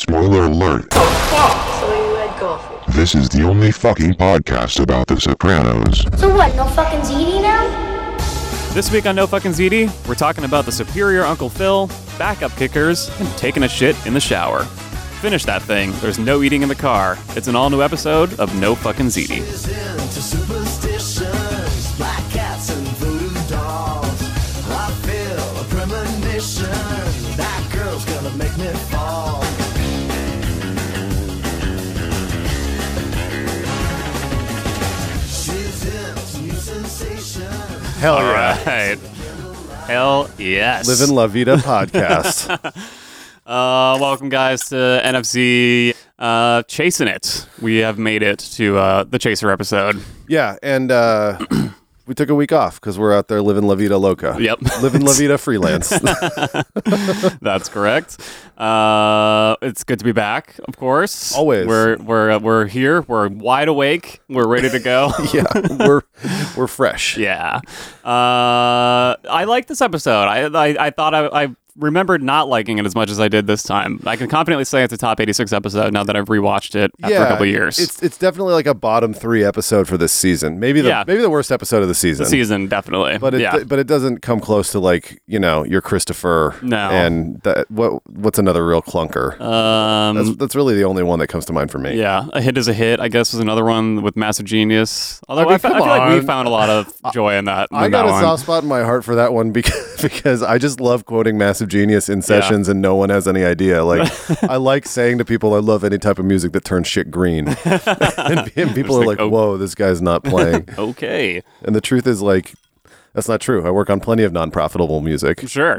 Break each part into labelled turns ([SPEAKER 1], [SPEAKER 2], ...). [SPEAKER 1] Spoiler alert.
[SPEAKER 2] So you read Garfield.
[SPEAKER 1] This is the only fucking podcast about The Sopranos.
[SPEAKER 3] So what, no fucking ZD now?
[SPEAKER 4] This week on No Fucking ZD, we're talking about the superior Uncle Phil, backup kickers, and taking a shit in the shower. Finish that thing. There's no eating in the car. It's an all new episode of No Fucking ZD.
[SPEAKER 5] is into superstitions, black cats and voodoo dolls. I feel a premonition that girl's gonna make me fall. She's into new sensation.
[SPEAKER 6] Hell
[SPEAKER 4] All
[SPEAKER 6] yeah.
[SPEAKER 4] right. Hell yes.
[SPEAKER 6] Live in La Vida podcast.
[SPEAKER 4] Uh, welcome, guys, to NFC uh, Chasing It. We have made it to uh, the Chaser episode.
[SPEAKER 6] yeah, and uh, we took a week off because we're out there living La Vida loca.
[SPEAKER 4] Yep.
[SPEAKER 6] living La Vida freelance.
[SPEAKER 4] That's correct. Uh, it's good to be back, of course.
[SPEAKER 6] Always.
[SPEAKER 4] We're we're uh, we're here. We're wide awake. We're ready to go.
[SPEAKER 6] yeah, we're we're fresh.
[SPEAKER 4] yeah. Uh, I like this episode. I I, I thought I. I remembered not liking it as much as I did this time. I can confidently say it's a top 86 episode now that I've rewatched it after a couple years.
[SPEAKER 6] it's it's definitely like a bottom three episode for this season. Maybe the
[SPEAKER 4] Yeah.
[SPEAKER 6] maybe the worst episode of the season.
[SPEAKER 4] the season definitely.
[SPEAKER 6] But it
[SPEAKER 4] yeah.
[SPEAKER 6] but it doesn't come close to like you know your Christopher
[SPEAKER 4] No.
[SPEAKER 6] and that what what's another real clunker.
[SPEAKER 4] um
[SPEAKER 6] that's, that's really the only one that comes to mind for me.
[SPEAKER 4] yeah, a hit is a hit. I guess was another one with Master Genius. Although I,
[SPEAKER 6] mean,
[SPEAKER 4] fe- I
[SPEAKER 6] come
[SPEAKER 4] feel like we
[SPEAKER 6] on.
[SPEAKER 4] found a lot of joy in that.
[SPEAKER 6] I
[SPEAKER 4] in
[SPEAKER 6] got
[SPEAKER 4] that
[SPEAKER 6] a
[SPEAKER 4] one.
[SPEAKER 6] soft spot in my heart for that one because because I just love quoting massive genius in sessions and no one has any idea. Like I like saying to people I love any type of music that turns shit green. and, pe- and people are
[SPEAKER 4] like,
[SPEAKER 6] like,
[SPEAKER 4] "Oh."
[SPEAKER 6] "Whoa, this guy's not playing."
[SPEAKER 4] Okay.
[SPEAKER 6] and the truth is like that's not true. I work on plenty of non-profitable music.
[SPEAKER 4] Sure, yeah.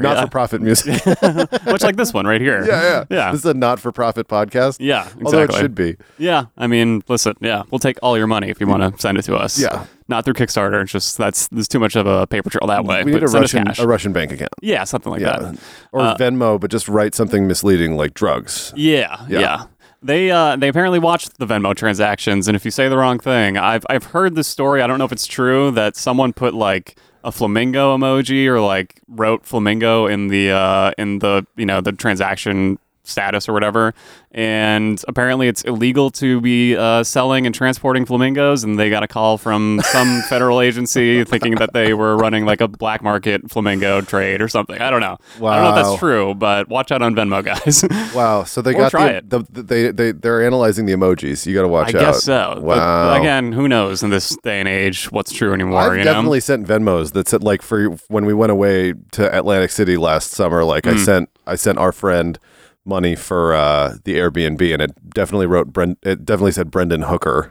[SPEAKER 6] Not-for-profit music.
[SPEAKER 4] Much like this one right here.
[SPEAKER 6] yeah, yeah.
[SPEAKER 4] Yeah.
[SPEAKER 6] This is a not-for-profit podcast.
[SPEAKER 4] Yeah,
[SPEAKER 6] Although it
[SPEAKER 4] exactly.
[SPEAKER 6] should be.
[SPEAKER 4] Yeah. I mean, listen, yeah, we'll take all your money if you want to send it to us.
[SPEAKER 6] Yeah.
[SPEAKER 4] Not through Kickstarter. It's just that's there's too much of a paper trail that way.
[SPEAKER 6] We
[SPEAKER 4] but
[SPEAKER 6] need a
[SPEAKER 4] send us
[SPEAKER 6] Russian
[SPEAKER 4] cash.
[SPEAKER 6] a Russian bank account.
[SPEAKER 4] yeah, Uh, something like
[SPEAKER 6] Yeah.
[SPEAKER 4] that.
[SPEAKER 6] Or Venmo, but just write something misleading like drugs.
[SPEAKER 4] Yeah, yeah.
[SPEAKER 6] Yeah.
[SPEAKER 4] They uh, they apparently watched the Venmo transactions, and if you say the wrong thing, I've I've heard this story. I don't know if it's true that someone put like a flamingo emoji or like wrote flamingo in the uh, in the you know the transaction status or whatever, and apparently it's illegal to be uh, selling and transporting flamingos, and they got a call from some federal agency thinking that they were running like a black market flamingo trade or something. I don't know. I don't know if
[SPEAKER 6] Wow.
[SPEAKER 4] that's true, but watch out on Venmo, guys.
[SPEAKER 6] Wow. So they
[SPEAKER 4] Or
[SPEAKER 6] got
[SPEAKER 4] try
[SPEAKER 6] the,
[SPEAKER 4] it.
[SPEAKER 6] The, the- they they they're analyzing the emojis. You got to watch
[SPEAKER 4] I
[SPEAKER 6] out.
[SPEAKER 4] guess so.
[SPEAKER 6] Wow.
[SPEAKER 4] But again, who knows in this day and age what's true anymore?
[SPEAKER 6] I've
[SPEAKER 4] you
[SPEAKER 6] definitely sent Venmos that said like for when we went away to Atlantic City last summer. Like
[SPEAKER 4] Hmm.
[SPEAKER 6] I sent I sent our friend money for uh, the Airbnb, and it definitely wrote Brent. It definitely said Brendan Hooker,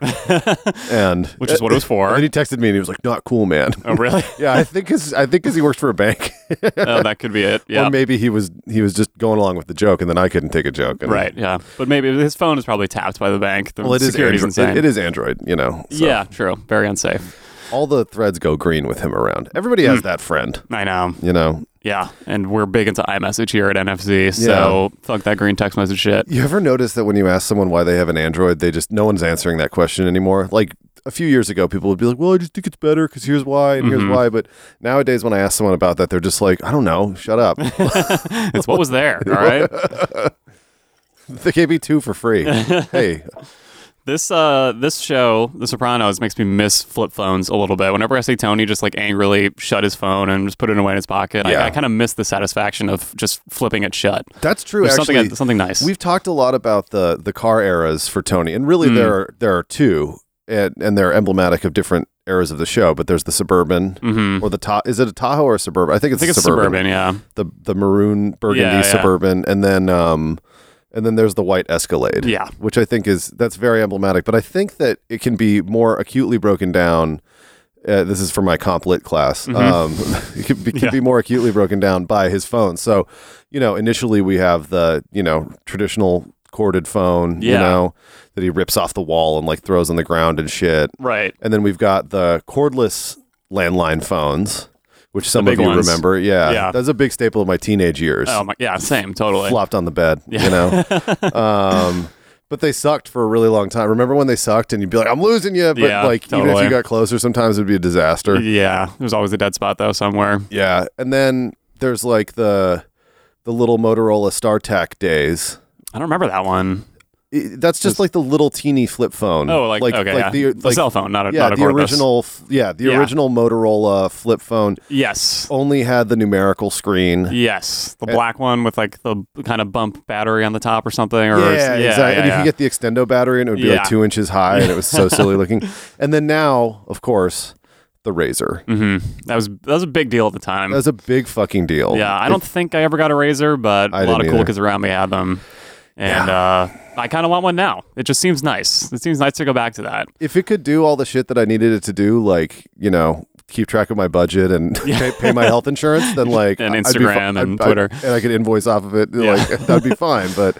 [SPEAKER 6] and
[SPEAKER 4] Which is what it was for.
[SPEAKER 6] And then he texted me and he was like, "Not cool, man."
[SPEAKER 4] know? Oh, really?
[SPEAKER 6] yeah, I think 'cause- I think because he works for a bank,
[SPEAKER 4] oh, that could be it. Yeah.
[SPEAKER 6] or maybe he was he was just going along with the joke, and then I couldn't take a joke. And,
[SPEAKER 4] right. Yeah. But maybe his phone is probably tapped by the bank. The
[SPEAKER 6] Well, it is
[SPEAKER 4] security's
[SPEAKER 6] Android.
[SPEAKER 4] insane.
[SPEAKER 6] It, it is Android. You know. so.
[SPEAKER 4] Yeah, true. Very unsafe.
[SPEAKER 6] all the threads go green with him around. Everybody has that friend,
[SPEAKER 4] I know.
[SPEAKER 6] you know.
[SPEAKER 4] Yeah. And we're big into iMessage here at NFC. So fuck that green text message shit.
[SPEAKER 6] You ever notice that when you ask someone why they have an Android, they just no one's answering that question anymore? Like a few years ago, people would be like, "Well, I just think it's better because here's why and here's why." But nowadays, when I ask someone about that, they're just like, "I don't know, shut up."
[SPEAKER 4] It's what was there. All right.
[SPEAKER 6] they gave me two for free. hey,
[SPEAKER 4] This uh this show, The Sopranos, makes me miss flip phones a little bit. Whenever I see Tony just like angrily shut his phone and just put it away in his pocket,
[SPEAKER 6] Yeah.
[SPEAKER 4] I, I kind of miss the satisfaction of just flipping it shut.
[SPEAKER 6] that's true.
[SPEAKER 4] There's
[SPEAKER 6] actually,
[SPEAKER 4] something something nice.
[SPEAKER 6] We've talked a lot about the the car eras for Tony, and
[SPEAKER 4] Hmm.
[SPEAKER 6] really there are, there are two, and, and they're emblematic of different eras of the show. But there's the suburban or the ta- is it a Tahoe or a suburban? I
[SPEAKER 4] Mm-hmm. I
[SPEAKER 6] think it's,
[SPEAKER 4] think it's
[SPEAKER 6] a
[SPEAKER 4] suburban, yeah.
[SPEAKER 6] the the maroon burgundy
[SPEAKER 4] Yeah, yeah.
[SPEAKER 6] suburban, and then um, and then there's the white Escalade,
[SPEAKER 4] Yeah.
[SPEAKER 6] which I think is that's very emblematic. But I think that it can be more acutely broken down. Uh, this is for my comp lit class. Um, it can, be, can
[SPEAKER 4] Mm-hmm. Yeah.
[SPEAKER 6] be more acutely broken down by his phone. So, you know, initially we have the you know traditional corded phone, you
[SPEAKER 4] Yeah.
[SPEAKER 6] know, that he rips off the wall and like throws on the ground and shit.
[SPEAKER 4] Right.
[SPEAKER 6] And then we've got the cordless landline phones, which some
[SPEAKER 4] big
[SPEAKER 6] of you
[SPEAKER 4] ones.
[SPEAKER 6] remember. Yeah,
[SPEAKER 4] Yeah.
[SPEAKER 6] That's a big staple of my teenage years.
[SPEAKER 4] Oh my yeah, same, totally.
[SPEAKER 6] Flopped on the bed, you know? um, but they sucked for a really long time. Remember when they sucked and you'd be like, I'm losing you? But
[SPEAKER 4] Yeah,
[SPEAKER 6] like, even if
[SPEAKER 4] totally.
[SPEAKER 6] you got closer, sometimes it'd be a disaster.
[SPEAKER 4] Yeah. There's always a dead spot though somewhere.
[SPEAKER 6] Yeah. And then there's like the the little Motorola StarTAC days.
[SPEAKER 4] I don't remember that one.
[SPEAKER 6] It- that's just like the little teeny flip phone.
[SPEAKER 4] Oh, like, okay, yeah.
[SPEAKER 6] the,
[SPEAKER 4] a cell phone, not a
[SPEAKER 6] yeah,
[SPEAKER 4] not a
[SPEAKER 6] the
[SPEAKER 4] cordless.
[SPEAKER 6] original, f- yeah, the
[SPEAKER 4] Yeah.
[SPEAKER 6] original Motorola flip phone
[SPEAKER 4] Yes,
[SPEAKER 6] only had the numerical screen.
[SPEAKER 4] yes, the
[SPEAKER 6] Uh,
[SPEAKER 4] black one with like the kind of bump battery on the top or something. Or
[SPEAKER 6] exactly. and if
[SPEAKER 4] yeah.
[SPEAKER 6] you get the extendo battery, and it would be
[SPEAKER 4] Yeah.
[SPEAKER 6] like two inches high, and it was so silly looking. And then now, of course, the razor.
[SPEAKER 4] Mhm. that was that was a big deal at the time.
[SPEAKER 6] That was a big fucking deal.
[SPEAKER 4] yeah, I don't think I ever got a razor, but
[SPEAKER 6] I
[SPEAKER 4] a lot
[SPEAKER 6] didn't
[SPEAKER 4] of cool
[SPEAKER 6] either.
[SPEAKER 4] kids around me had them, and uh, I kind of want one now. It just seems nice. It seems nice to go back to that.
[SPEAKER 6] If it could do all the shit that I needed it to do, like you know, keep track of my budget and pay, pay my health insurance, then like
[SPEAKER 4] And
[SPEAKER 6] I'd be
[SPEAKER 4] Instagram
[SPEAKER 6] fi-
[SPEAKER 4] and
[SPEAKER 6] I'd- I'd-
[SPEAKER 4] Twitter.
[SPEAKER 6] and I could invoice off of it,
[SPEAKER 4] Yeah.
[SPEAKER 6] like that'd be fine. But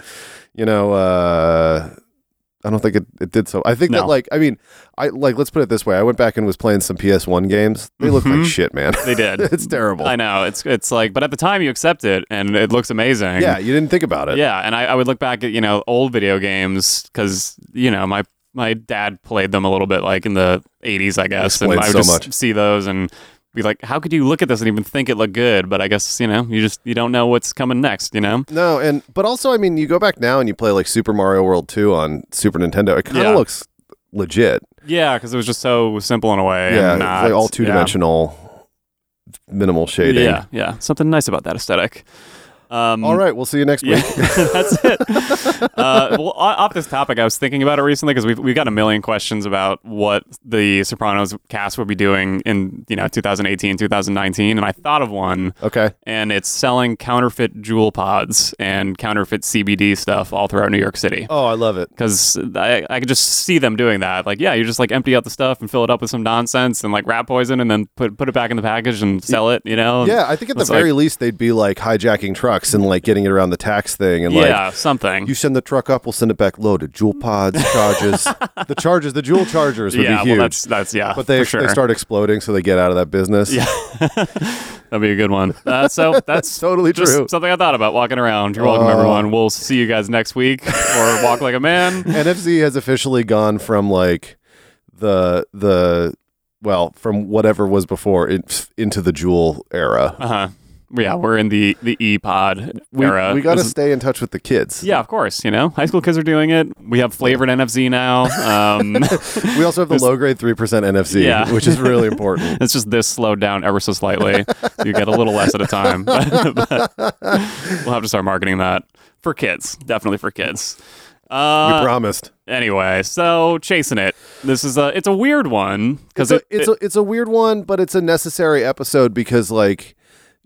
[SPEAKER 6] you know, uh, I don't think it, it did so. I think
[SPEAKER 4] No.
[SPEAKER 6] that like I mean, I like let's put it this way: I went back and was playing some PS1 games. They look like shit, man.
[SPEAKER 4] Mm-hmm. They did.
[SPEAKER 6] it's terrible.
[SPEAKER 4] I know. It's it's like, but at the time you accept it, and it looks amazing.
[SPEAKER 6] Yeah, you didn't think about it.
[SPEAKER 4] Yeah, and I, I would look back at you know old video games because you know my my dad played them a little bit like in the eighties, I guess, and I
[SPEAKER 6] Explains
[SPEAKER 4] would
[SPEAKER 6] so
[SPEAKER 4] just
[SPEAKER 6] much.
[SPEAKER 4] see those and be like, how could you look at this and even think it looked good? But I guess you know you just you don't know what's coming next, you know.
[SPEAKER 6] No, and but also, I mean, you go back now and you play like Super Mario World 2 on Super Nintendo. It kind of
[SPEAKER 4] Yeah.
[SPEAKER 6] looks legit.
[SPEAKER 4] Yeah, because it was just so simple in a way.
[SPEAKER 6] yeah,
[SPEAKER 4] and
[SPEAKER 6] it's
[SPEAKER 4] not-
[SPEAKER 6] like all
[SPEAKER 4] yeah.
[SPEAKER 6] two dimensional, minimal shading.
[SPEAKER 4] Yeah, yeah, something nice about that aesthetic. Um,
[SPEAKER 6] All right, we'll see you next
[SPEAKER 4] Yeah,
[SPEAKER 6] week.
[SPEAKER 4] that's it. Uh, well, o- off this topic, I was thinking about it recently because we've, we've got a million questions about what the Sopranos cast would be doing in you know 2018, 2019, and I thought of one,
[SPEAKER 6] Okay.
[SPEAKER 4] and it's selling counterfeit jewel pods and counterfeit CBD stuff all throughout New York City.
[SPEAKER 6] Oh, I love it.
[SPEAKER 4] Because I, I could just see them doing that. Like, yeah, you just like empty out the stuff and fill it up with some nonsense and like rat poison and then put put it back in the package and sell it, you know?
[SPEAKER 6] Yeah, I think at the
[SPEAKER 4] It's like-
[SPEAKER 6] very least they'd be like hijacking trucks and like getting it around the tax thing and like
[SPEAKER 4] yeah, something.
[SPEAKER 6] you send the truck up, we'll send it back loaded. Jewel pods, charges, the charges, the jewel chargers would
[SPEAKER 4] yeah,
[SPEAKER 6] be huge.
[SPEAKER 4] well, that's, that's, yeah.
[SPEAKER 6] but they,
[SPEAKER 4] for sure.
[SPEAKER 6] they start exploding, so they get out of that business. Yeah,
[SPEAKER 4] That'd be a good one. Uh, so that's
[SPEAKER 6] totally
[SPEAKER 4] just
[SPEAKER 6] true. Uh.
[SPEAKER 4] something I thought about walking around. You're welcome, everyone. We'll see you guys next week or walk like a man.
[SPEAKER 6] NFC has officially gone from like the the well from whatever was before it, into the Jewel era.
[SPEAKER 4] Uh huh. Yeah, we're in the the e pod
[SPEAKER 6] We,
[SPEAKER 4] era.
[SPEAKER 6] we got to
[SPEAKER 4] This is-
[SPEAKER 6] stay in touch with the kids.
[SPEAKER 4] yeah, of course. You know, high school kids are doing it. We have flavored NFC now. Um,
[SPEAKER 6] We also have the low grade three percent NFC,
[SPEAKER 4] Yeah.
[SPEAKER 6] which is really important.
[SPEAKER 4] it's just this slowed down ever so slightly. you get a little less at a time. But we'll have to start marketing that for kids. Definitely for kids.
[SPEAKER 6] we
[SPEAKER 4] Uh,
[SPEAKER 6] promised.
[SPEAKER 4] anyway, so chasing it. This is a it's a weird one because
[SPEAKER 6] It's, a, it's, a, it's a weird one, but it's a necessary episode because like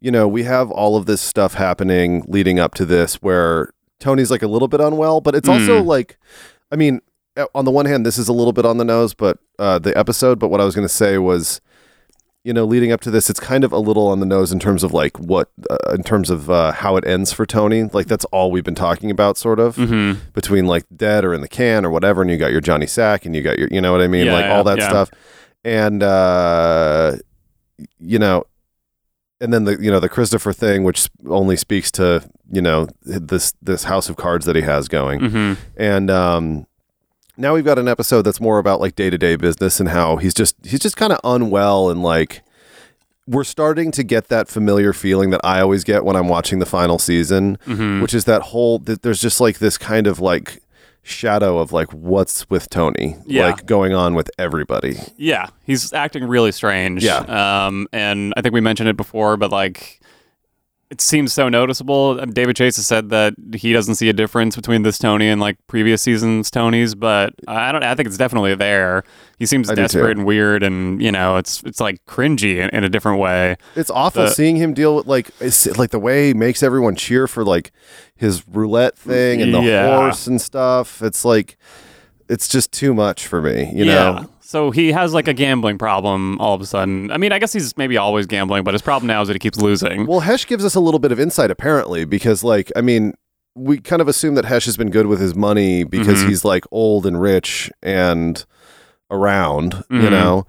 [SPEAKER 6] you know we have all of this stuff happening leading up to this where Tony's like a little bit unwell, but it's also like I mean uh, on the one hand this is a little bit on the nose, but uh, the episode. But what I was going to say was. You know, leading up to this, it's kind of a little on the nose in terms of like what, uh, in terms of uh, how it ends for Tony. Like that's all we've been talking about, sort of.
[SPEAKER 4] hmm
[SPEAKER 6] between like dead or in the can or whatever and you got your johnny sack and you got your you know what i mean
[SPEAKER 4] Yeah,
[SPEAKER 6] like
[SPEAKER 4] yeah,
[SPEAKER 6] all that
[SPEAKER 4] yeah.
[SPEAKER 6] stuff and uh you know and then the you know the christopher thing which only speaks to you know this this house of cards that he has going
[SPEAKER 4] hmm
[SPEAKER 6] and um now we've got an episode that's more about like day-to-day business and how he's just he's just kind of unwell and like we're starting to get that familiar feeling that I always get when I'm watching the final season, which is that whole th- there's just like this kind of like shadow of like what's with Tony,
[SPEAKER 4] Yeah.
[SPEAKER 6] like going on with everybody.
[SPEAKER 4] Yeah, he's acting really strange.
[SPEAKER 6] Yeah.
[SPEAKER 4] Um, and I think we mentioned it before, but like, it seems so noticeable. Um, David Chase has said that he doesn't see a difference between this Tony and like previous seasons Tonys, but I don't. I think it's definitely there. He seems
[SPEAKER 6] I do too.
[SPEAKER 4] desperate and weird, and you know, it's it's like cringy in, in a different way.
[SPEAKER 6] It's awful
[SPEAKER 4] The-
[SPEAKER 6] seeing him deal with like it's, like the way he makes everyone cheer for like his roulette thing and the
[SPEAKER 4] Yeah.
[SPEAKER 6] horse and stuff. It's like it's just too much for me, you know.
[SPEAKER 4] So he has like a gambling problem all of a sudden. I mean, I guess he's maybe always gambling, but his problem now is that he keeps losing.
[SPEAKER 6] Well, Hesh gives us a little bit of insight apparently because like I mean, we kind of assume that Hesh has been good with his money because
[SPEAKER 4] Mm-hmm.
[SPEAKER 6] he's like old and rich and around, you
[SPEAKER 4] Mhm.
[SPEAKER 6] know.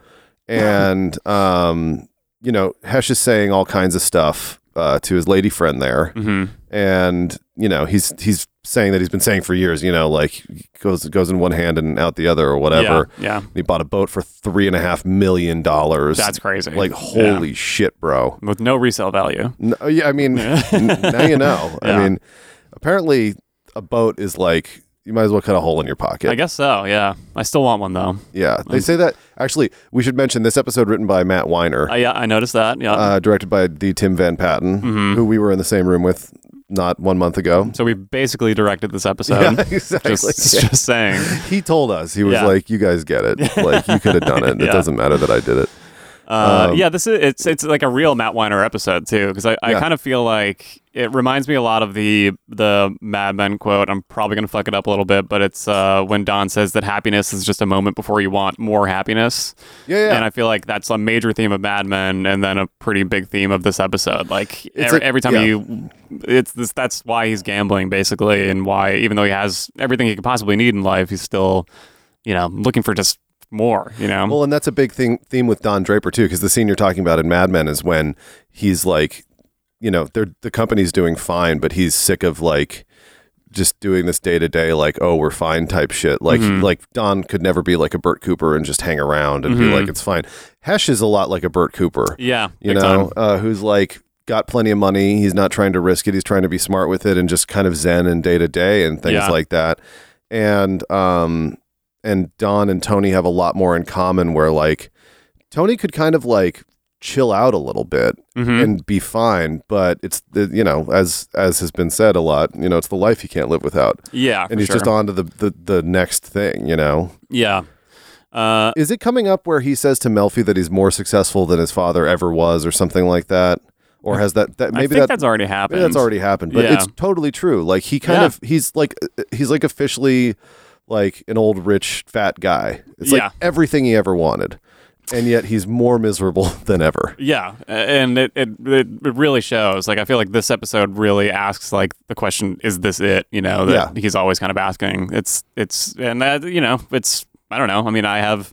[SPEAKER 6] And um, you know, Hesh is saying all kinds of stuff uh, to his lady friend there.
[SPEAKER 4] hmm
[SPEAKER 6] and you know he's he's saying that he's been saying for years you know like goes goes in one hand and out the other or whatever
[SPEAKER 4] Yeah. yeah.
[SPEAKER 6] he bought a boat for three and a half million dollars
[SPEAKER 4] That's crazy.
[SPEAKER 6] like
[SPEAKER 4] Yeah.
[SPEAKER 6] holy shit bro uh,
[SPEAKER 4] with no resale value.
[SPEAKER 6] no, yeah i mean n- now you know i
[SPEAKER 4] Yeah.
[SPEAKER 6] mean apparently a boat is like you might as well cut a hole in your pocket.
[SPEAKER 4] I guess Mm. so. Yeah, I still want one though.
[SPEAKER 6] Yeah, they say that. Actually, we should mention this episode written by Matt Weiner,
[SPEAKER 4] I, Uh, um, yeah, I noticed that. Yeah.
[SPEAKER 6] uh, directed by the Tim Van Patten, who we were in the same room with not one month ago.
[SPEAKER 4] Mm-hmm. so we basically directed this episode.
[SPEAKER 6] Yeah, exactly.
[SPEAKER 4] Just, just saying.
[SPEAKER 6] He told us he was
[SPEAKER 4] Yeah.
[SPEAKER 6] like, "You guys get it. Like, you could have done it. It
[SPEAKER 4] Yeah.
[SPEAKER 6] doesn't matter that I did it."
[SPEAKER 4] Uh,
[SPEAKER 6] Um,
[SPEAKER 4] yeah, this is it's it's like a real Matt Weiner episode too, because I, I
[SPEAKER 6] Yeah.
[SPEAKER 4] kind of feel like it reminds me a lot of the the Mad Men quote. I'm probably gonna fuck it up a little bit, but it's uh, when Don says that happiness is just a moment before you want more happiness.
[SPEAKER 6] Yeah, yeah.
[SPEAKER 4] And I feel like that's a major theme of Mad Men, and then a pretty big theme of this episode. Like
[SPEAKER 6] It's
[SPEAKER 4] every,
[SPEAKER 6] a-
[SPEAKER 4] every time
[SPEAKER 6] yeah.
[SPEAKER 4] you, it's this. That's why he's gambling basically, and why even though he has everything he could possibly need in life, he's still, you know, looking for just more. You know.
[SPEAKER 6] Well, and that's a big thing theme with Don Draper too, because the scene you're talking about in Mad Men is when he's like, you know, they're the company's doing fine, but he's sick of like just doing this day to day, like, oh, we're fine type shit. Like,
[SPEAKER 4] Mm-hmm.
[SPEAKER 6] like Don could never be like a Burt Cooper and just hang around and
[SPEAKER 4] Mm-hmm.
[SPEAKER 6] be like, it's fine. Hesh is a lot like a Burt Cooper,
[SPEAKER 4] yeah.
[SPEAKER 6] you
[SPEAKER 4] big time.
[SPEAKER 6] know, uh, who's like got plenty of money. He's not trying to risk it. He's trying to be smart with it and just kind of zen and day to day and things
[SPEAKER 4] Yeah.
[SPEAKER 6] like that. And um, and Don and Tony have a lot more in common where like Tony could kind of like chill out a little bit
[SPEAKER 4] Mhm.
[SPEAKER 6] and be fine, but it's the, you know as as has been said a lot, you know, it's the life he can't live without.
[SPEAKER 4] Yeah. for
[SPEAKER 6] And he's
[SPEAKER 4] sure.
[SPEAKER 6] just on to the, the the next thing, you know.
[SPEAKER 4] Yeah. Uh,
[SPEAKER 6] Is it coming up where he says to Melfi that he's more successful than his father ever was, or something like that? Or has that, that
[SPEAKER 4] I
[SPEAKER 6] maybe
[SPEAKER 4] think
[SPEAKER 6] that,
[SPEAKER 4] that's already happened.
[SPEAKER 6] maybe that's already happened? But
[SPEAKER 4] Yeah.
[SPEAKER 6] it's totally true. Like he kind
[SPEAKER 4] Yeah.
[SPEAKER 6] of he's like uh, he's like officially like an old rich fat guy. It's
[SPEAKER 4] Yeah.
[SPEAKER 6] like everything he ever wanted, and yet he's more miserable than ever.
[SPEAKER 4] Yeah, a- and it, it it it really shows. Like I feel like this episode really asks like the question: Is this it? You know that
[SPEAKER 6] Yeah.
[SPEAKER 4] he's always kind of asking. It's it's and that you know it's I don't know. I mean I have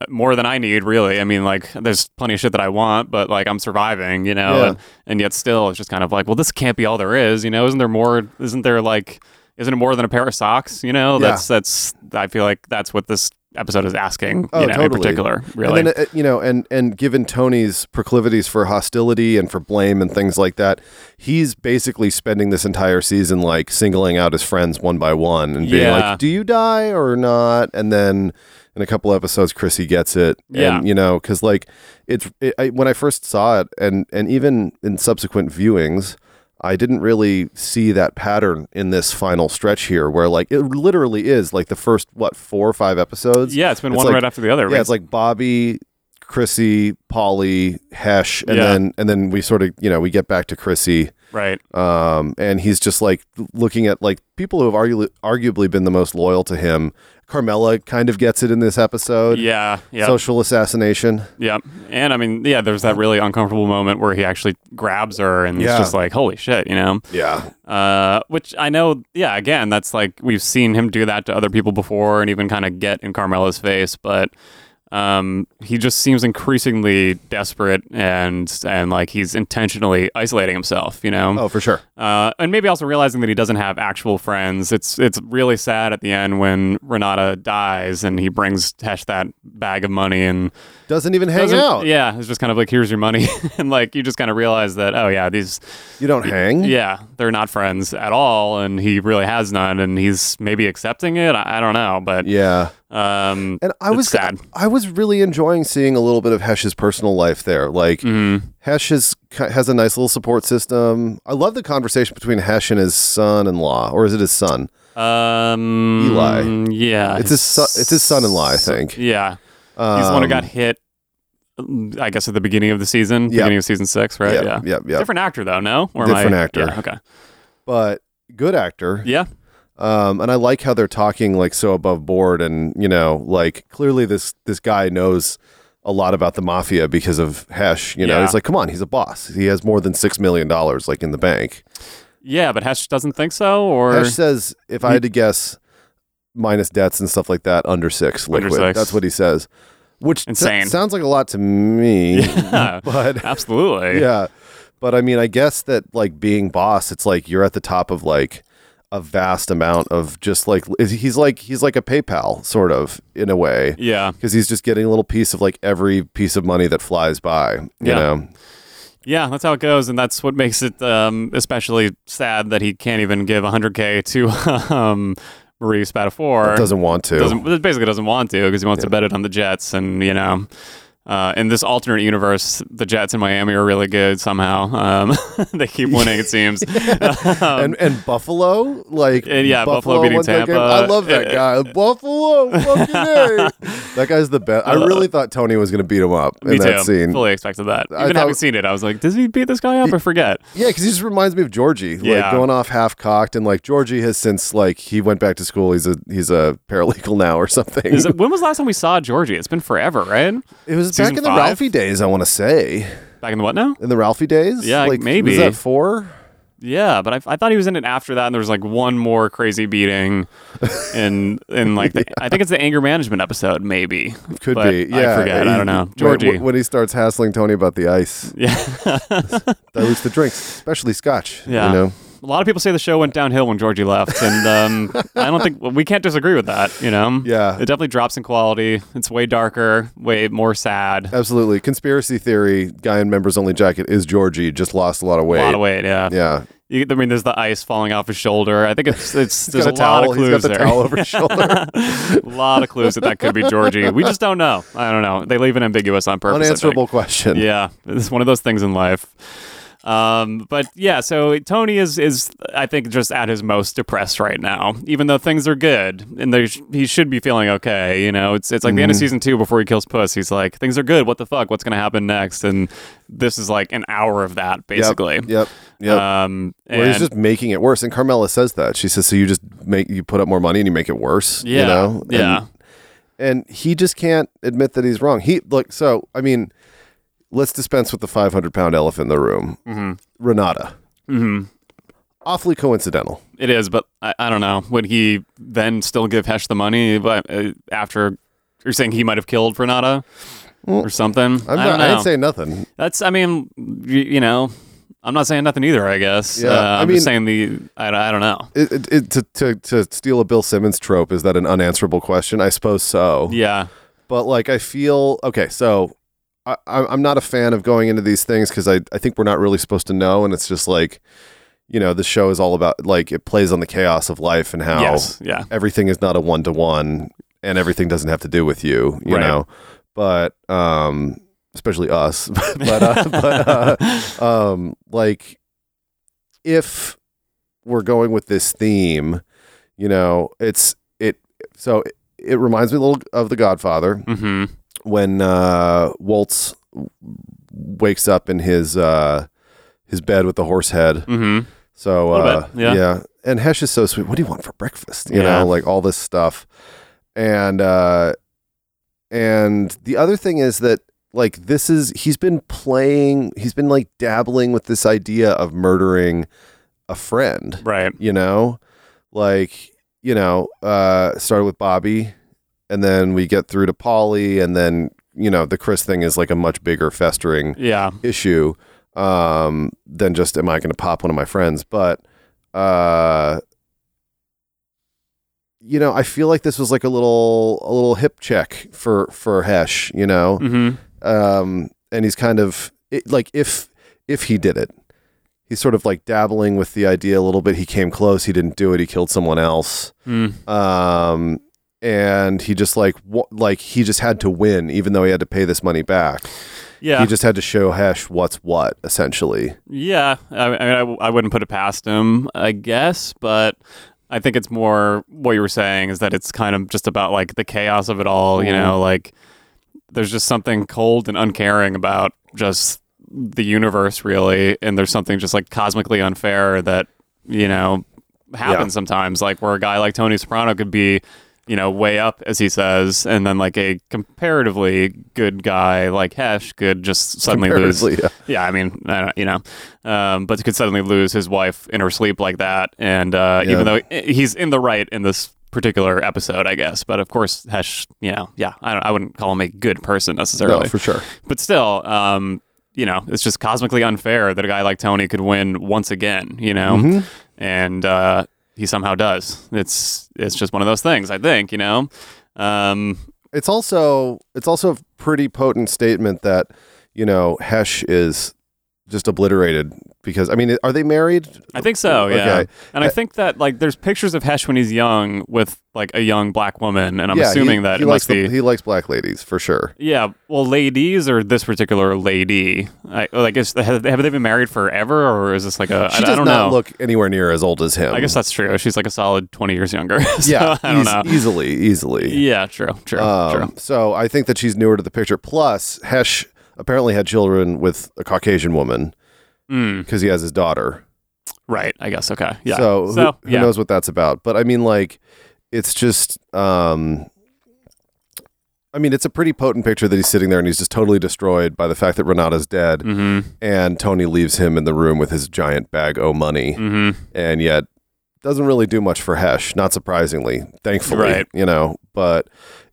[SPEAKER 4] uh, more than I need really. I mean like there's plenty of shit that I want, but like I'm surviving. You know,
[SPEAKER 6] Yeah.
[SPEAKER 4] and, and yet still it's just kind of like well this can't be all there is. You know, isn't there more? Isn't there like isn't it more than a pair of socks? You know, that's that's I feel like that's what this episode is asking.
[SPEAKER 6] Oh,
[SPEAKER 4] you know, in
[SPEAKER 6] totally.
[SPEAKER 4] particular, really.
[SPEAKER 6] And then, uh, you know, and and given Tony's proclivities for hostility and for blame and things like that, he's basically spending this entire season like singling out his friends one by one and being
[SPEAKER 4] Yeah.
[SPEAKER 6] like, "Do you die or not?" And then in a couple episodes, Chrissy gets it.
[SPEAKER 4] Yeah.
[SPEAKER 6] and, you know, because like it's it, I, when I first saw it, and and even in subsequent viewings. I didn't really see that pattern in this final stretch here, where like it literally is like the first what four or five episodes.
[SPEAKER 4] Yeah, it's been one
[SPEAKER 6] like-
[SPEAKER 4] right after the other.
[SPEAKER 6] yeah,
[SPEAKER 4] right?
[SPEAKER 6] it's like Bobby, Chrissy, Polly, Hesh, and
[SPEAKER 4] Yeah.
[SPEAKER 6] then and then we sort of you know we get back to Chrissy,
[SPEAKER 4] right.
[SPEAKER 6] um, and he's just like looking at like people who have argu- arguably been the most loyal to him. Carmela kind of gets it in this episode.
[SPEAKER 4] Yeah, yeah,
[SPEAKER 6] Social assassination.
[SPEAKER 4] yeah. And I mean, yeah, there's that really uncomfortable moment where he actually grabs her and
[SPEAKER 6] Yeah.
[SPEAKER 4] it's just like, holy shit, you know?
[SPEAKER 6] Yeah.
[SPEAKER 4] Uh, which I know, yeah, again, that's like we've seen him do that to other people before and even kind of get in Carmela's face, but um, he just seems increasingly desperate and and like he's intentionally isolating himself, you know?
[SPEAKER 6] Oh, for sure.
[SPEAKER 4] Uh, and maybe also realizing that he doesn't have actual friends. It's it's really sad at the end when Renata dies and he brings Tesh that bag of money and
[SPEAKER 6] Doesn't even hang
[SPEAKER 4] doesn't-
[SPEAKER 6] out.
[SPEAKER 4] Yeah, it's just kind of like here's your money, and like you just kind of realize that oh yeah these
[SPEAKER 6] You don't hang.
[SPEAKER 4] yeah they're not friends at all, and he really has none, and he's maybe accepting it. I, I don't know, but
[SPEAKER 6] Yeah.
[SPEAKER 4] um,
[SPEAKER 6] And I
[SPEAKER 4] it's
[SPEAKER 6] was
[SPEAKER 4] sad.
[SPEAKER 6] I was really enjoying seeing a little bit of Hesh's personal life there. Like
[SPEAKER 4] Mm-hmm.
[SPEAKER 6] Hesh is, has a nice little support system. I love the conversation between Hesh and his son-in-law, or is it his son?
[SPEAKER 4] Um,
[SPEAKER 6] Eli.
[SPEAKER 4] Yeah,
[SPEAKER 6] It's his son. It's his son-in-law, I think. Um,
[SPEAKER 4] Yeah, he's the one who got hit. um, I guess at the beginning of the season,
[SPEAKER 6] Yeah.
[SPEAKER 4] beginning of season six, right?
[SPEAKER 6] Yeah,
[SPEAKER 4] yeah,
[SPEAKER 6] yeah, yeah.
[SPEAKER 4] Different actor though, no? Or am I-
[SPEAKER 6] Different actor.
[SPEAKER 4] Yeah, okay.
[SPEAKER 6] But good actor.
[SPEAKER 4] Yeah,
[SPEAKER 6] Um, and I like how they're talking like so above board, and you know, like clearly this this guy knows a lot about the mafia because of Hesh. You know,
[SPEAKER 4] Yeah.
[SPEAKER 6] he's like, come on, he's a boss. He has more than six million dollars like in the bank.
[SPEAKER 4] yeah, but Hesh doesn't think so, or
[SPEAKER 6] Hesh says, if I had to guess, minus debts and stuff like that, under six
[SPEAKER 4] Under
[SPEAKER 6] liquid.
[SPEAKER 4] six.
[SPEAKER 6] That's what he says. Which so-
[SPEAKER 4] Insane.
[SPEAKER 6] sounds like a lot to me.
[SPEAKER 4] Yeah.
[SPEAKER 6] But
[SPEAKER 4] absolutely,
[SPEAKER 6] yeah. But I mean, I guess that like being boss, it's like you're at the top of like a vast amount of just like is- he's like he's like a PayPal sort of in a way
[SPEAKER 4] yeah.
[SPEAKER 6] because he's just getting a little piece of like every piece of money that flies by. You
[SPEAKER 4] Yeah.
[SPEAKER 6] know,
[SPEAKER 4] Yeah, that's how it goes, and that's what makes it um, especially sad that he can't even give 100k to um, Marie Spatafor.
[SPEAKER 6] Doesn't want to.
[SPEAKER 4] doesn't basically doesn't want to because he wants to bet it on the Jets, and you know, uh, in this alternate universe, the Jets in Miami are really good somehow. Um, they keep winning, it seems.
[SPEAKER 6] and and Buffalo, like
[SPEAKER 4] Um, And yeah, Buffalo beating
[SPEAKER 6] won that game.
[SPEAKER 4] Tampa.
[SPEAKER 6] I love that
[SPEAKER 4] Uh,
[SPEAKER 6] guy. Buffalo, fucking A. that guy's the best. I really thought Tony was gonna beat him up in
[SPEAKER 4] Uh, Me too.
[SPEAKER 6] that scene.
[SPEAKER 4] Fully expected that. Even
[SPEAKER 6] I thought-
[SPEAKER 4] having seen it, I was like, does he beat this guy up? I forget.
[SPEAKER 6] Yeah, because he just reminds me of Georgie, like
[SPEAKER 4] Yeah.
[SPEAKER 6] going off half cocked, and like Georgie has since like he went back to school. He's a he's a paralegal now or something.
[SPEAKER 4] Is it, when was the last time we saw Georgie? It's been forever, right?
[SPEAKER 6] it was back
[SPEAKER 4] season
[SPEAKER 6] in the
[SPEAKER 4] five?
[SPEAKER 6] Ralphie days, I want to say.
[SPEAKER 4] Back in the what now?
[SPEAKER 6] In the Ralphie days,
[SPEAKER 4] Yeah,
[SPEAKER 6] like
[SPEAKER 4] maybe.
[SPEAKER 6] was that four?
[SPEAKER 4] Yeah, but I, I thought he was in it after that, and there was like one more crazy beating, in in like the, I think it's the anger management episode, maybe.
[SPEAKER 6] Could
[SPEAKER 4] But
[SPEAKER 6] be. Yeah,
[SPEAKER 4] I forget.
[SPEAKER 6] He-
[SPEAKER 4] I don't know.
[SPEAKER 6] when-
[SPEAKER 4] Georgie.
[SPEAKER 6] when, he starts hassling Tony about the ice,
[SPEAKER 4] yeah,
[SPEAKER 6] dilutes the drinks, especially scotch.
[SPEAKER 4] yeah.
[SPEAKER 6] you know.
[SPEAKER 4] A lot of people say the show went downhill when Georgie left, and um, I don't think well, we can't disagree with that. You know.
[SPEAKER 6] Yeah.
[SPEAKER 4] It definitely drops in quality. It's way darker, way more sad.
[SPEAKER 6] Absolutely. Conspiracy theory guy in members only jacket is Georgie, just lost a lot of weight.
[SPEAKER 4] A lot of weight. Yeah.
[SPEAKER 6] Yeah.
[SPEAKER 4] You, I mean, there's the ice falling off his shoulder. I think it's it's
[SPEAKER 6] He's
[SPEAKER 4] there's a, lot
[SPEAKER 6] got a towel.
[SPEAKER 4] of clues
[SPEAKER 6] He's got the
[SPEAKER 4] there.
[SPEAKER 6] towel over his shoulder.
[SPEAKER 4] a lot of clues that that could be Georgie. We just don't know. I don't know. They leave it ambiguous on purpose. I think.
[SPEAKER 6] Unanswerable question.
[SPEAKER 4] Yeah, it's one of those things in life. Um, but yeah, so Tony is is I think just at his most depressed right now, even though things are good and they sh- he should be feeling okay. You know, it's it's like the
[SPEAKER 6] Mm-hmm.
[SPEAKER 4] end of season two before he kills Puss. He's like, things are good. What the fuck? What's gonna happen next? And this is like an hour of that
[SPEAKER 6] Yep,
[SPEAKER 4] basically.
[SPEAKER 6] Yep. Yep.
[SPEAKER 4] Um,
[SPEAKER 6] Well, he's
[SPEAKER 4] and-
[SPEAKER 6] just making it worse. And Carmela says that. She says, so you just make, you put up more money and you make it worse.
[SPEAKER 4] yeah,
[SPEAKER 6] You know? And-
[SPEAKER 4] yeah.
[SPEAKER 6] and he just can't admit that he's wrong. He look so I mean, let's dispense with the 500 pound elephant in the room, Renata. Mm-hmm. Awfully coincidental.
[SPEAKER 4] It is, but I, I don't know. Would he then still give Hesh the money but, uh, after you're saying he might have killed Renata or something?
[SPEAKER 6] I'm
[SPEAKER 4] I
[SPEAKER 6] not,
[SPEAKER 4] don't know.
[SPEAKER 6] I didn't say nothing.
[SPEAKER 4] That's, I mean, you, you know, I'm not saying nothing either, I guess.
[SPEAKER 6] Yeah,
[SPEAKER 4] uh,
[SPEAKER 6] I
[SPEAKER 4] I'm
[SPEAKER 6] mean-
[SPEAKER 4] just saying the, I, I don't know.
[SPEAKER 6] It, it, it, to, to to steal a Bill Simmons trope, is that an unanswerable question? I suppose so.
[SPEAKER 4] Yeah.
[SPEAKER 6] But like, I feel okay. So I, I- I'm not a fan of going into these things because I I think we're not really supposed to know, and it's just like, you know, the show is all about like it plays on the chaos of life and how
[SPEAKER 4] Yes. Yeah.
[SPEAKER 6] everything is not a one to one and everything doesn't have to do with you, you
[SPEAKER 4] Right.
[SPEAKER 6] know. But um especially us. but uh, but uh, um like if we're going with this theme, you know, it's it so it, it reminds me a little of The Godfather
[SPEAKER 4] hmm
[SPEAKER 6] when uh Waltz wakes up in his uh his bed with the horse head.
[SPEAKER 4] hmm
[SPEAKER 6] So
[SPEAKER 4] Little
[SPEAKER 6] uh,
[SPEAKER 4] bit,
[SPEAKER 6] yeah.
[SPEAKER 4] yeah.
[SPEAKER 6] and Hesh is so sweet. What do you want for breakfast? You
[SPEAKER 4] Yeah.
[SPEAKER 6] know, like all this stuff. And uh, and the other thing is that like this is he's been playing. He's been like dabbling with this idea of murdering a friend.
[SPEAKER 4] Right.
[SPEAKER 6] You know, like you know, uh, started with Bobby, and then we get through to Polly, and then you know the Chris thing is like a much bigger festering
[SPEAKER 4] Yeah.
[SPEAKER 6] issue um, than just am I going to pop one of my friends. But uh, you know, I feel like this was like a little a little hip check for for Hesh. You know,
[SPEAKER 4] hmm
[SPEAKER 6] um, and he's kind of it, like if if he did it. He's sort of like dabbling with the idea a little bit. He came close. He didn't do it. He killed someone else.
[SPEAKER 4] Mm.
[SPEAKER 6] Um, and he just like wa- like he just had to win, even though he had to pay this money back.
[SPEAKER 4] Yeah.
[SPEAKER 6] He just had to show Hesh what's what, essentially.
[SPEAKER 4] Yeah, I, I mean, I, w- I wouldn't put it past him, I guess, but I think it's more what you were saying is that it's kind of just about like the chaos of it all.
[SPEAKER 6] Mm-hmm.
[SPEAKER 4] You know, like there's just something cold and uncaring about just the universe, really, and there's something just like cosmically unfair that you know happens sometimes. Like where a guy like Tony Soprano could be. You know, way up as he says, and then like a comparatively good guy like Hesh could just suddenly lose
[SPEAKER 6] Comparatively, yeah.
[SPEAKER 4] yeah, I mean, I don't, you know, um, but could suddenly lose his wife in her sleep like that, and uh,
[SPEAKER 6] Yeah.
[SPEAKER 4] even though i- he's in the right in this particular episode, I guess, but of course, Hesh, you know, yeah, I, don't, I wouldn't call him a good person necessarily,
[SPEAKER 6] sure.
[SPEAKER 4] but still, um, you know, it's just cosmically unfair that a guy like Tony could win once again, you know, and uh, he somehow does. It's it's just one of those things, I think, you know. Um,
[SPEAKER 6] It's also it's also a pretty potent statement that you know Hesh is just obliterated because I mean, are they married?
[SPEAKER 4] I think so, yeah.
[SPEAKER 6] Okay. Uh,
[SPEAKER 4] And I think that like there's pictures of Hesh when he's young with like a young black woman, and I'm
[SPEAKER 6] yeah,
[SPEAKER 4] assuming
[SPEAKER 6] he,
[SPEAKER 4] that
[SPEAKER 6] he
[SPEAKER 4] it must
[SPEAKER 6] likes the,
[SPEAKER 4] be
[SPEAKER 6] he likes black ladies for sure.
[SPEAKER 4] yeah. Well, ladies or this particular lady, I, I guess have, have they been married forever, or is this like a?
[SPEAKER 6] She
[SPEAKER 4] I- I
[SPEAKER 6] does
[SPEAKER 4] don't
[SPEAKER 6] not
[SPEAKER 4] know.
[SPEAKER 6] look anywhere near as old as him.
[SPEAKER 4] I guess that's true. She's like a solid twenty years younger. so
[SPEAKER 6] yeah,
[SPEAKER 4] I don't
[SPEAKER 6] eas-
[SPEAKER 4] know.
[SPEAKER 6] easily, easily.
[SPEAKER 4] Yeah, true, true,
[SPEAKER 6] Um,
[SPEAKER 4] true.
[SPEAKER 6] so I think that she's newer to the picture. Plus, Hesh apparently had children with a Caucasian woman
[SPEAKER 4] Hmm.
[SPEAKER 6] because he has his daughter.
[SPEAKER 4] Right, I guess. Okay, yeah.
[SPEAKER 6] So, who, who
[SPEAKER 4] yeah.
[SPEAKER 6] knows what that's about? But I mean, like, it's just. Um, I mean, it's a pretty potent picture that he's sitting there and he's just totally destroyed by the fact that Renata's dead,
[SPEAKER 4] Mm. Mm-hmm,
[SPEAKER 6] and Tony leaves him in the room with his giant bag o' money,
[SPEAKER 4] Mm. mm-hmm.
[SPEAKER 6] and yet doesn't really do much for Hesh, not surprisingly, thankfully,
[SPEAKER 4] Right.
[SPEAKER 6] you know. But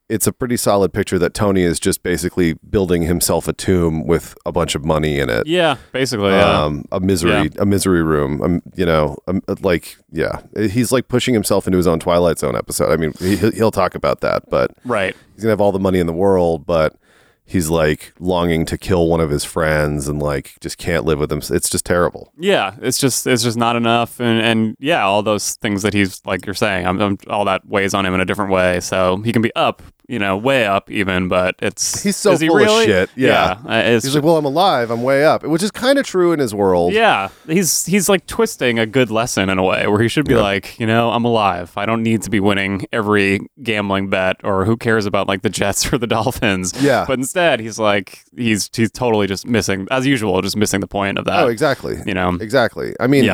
[SPEAKER 6] it's a pretty solid picture that Tony is just basically building himself a tomb with a bunch of money in it
[SPEAKER 4] Yeah, basically. Yeah.
[SPEAKER 6] um, a misery,
[SPEAKER 4] Yeah.
[SPEAKER 6] a misery room. Um, you know, um, like yeah, he's like pushing himself into his own Twilight Zone episode. I mean, he, he'll talk about that, but
[SPEAKER 4] right.
[SPEAKER 6] he's gonna have all the money in the world, but he's like longing to kill one of his friends and like just can't live with him. It's just terrible.
[SPEAKER 4] Yeah, it's just it's just not enough, and and yeah, all those things that he's like you're saying, I'm, I'm, all that weighs on him in a different way. So he can be up, you know, way up even, but it's
[SPEAKER 6] He's so
[SPEAKER 4] is he
[SPEAKER 6] full of
[SPEAKER 4] really?
[SPEAKER 6] shit, yeah.
[SPEAKER 4] yeah, uh, it's,
[SPEAKER 6] He's like, well, I'm alive, I'm way up, which is kind of true in his world.
[SPEAKER 4] yeah, he's he's like twisting a good lesson in a way where he should be like, you know, I'm alive. I don't need to be winning every gambling bet, or who cares about like the Jets or the Dolphins.
[SPEAKER 6] Yeah.
[SPEAKER 4] but instead he's like he's he's totally just missing as usual, just missing the point of that.
[SPEAKER 6] Oh, exactly.
[SPEAKER 4] You know.
[SPEAKER 6] exactly. I mean,
[SPEAKER 4] Mm-hmm.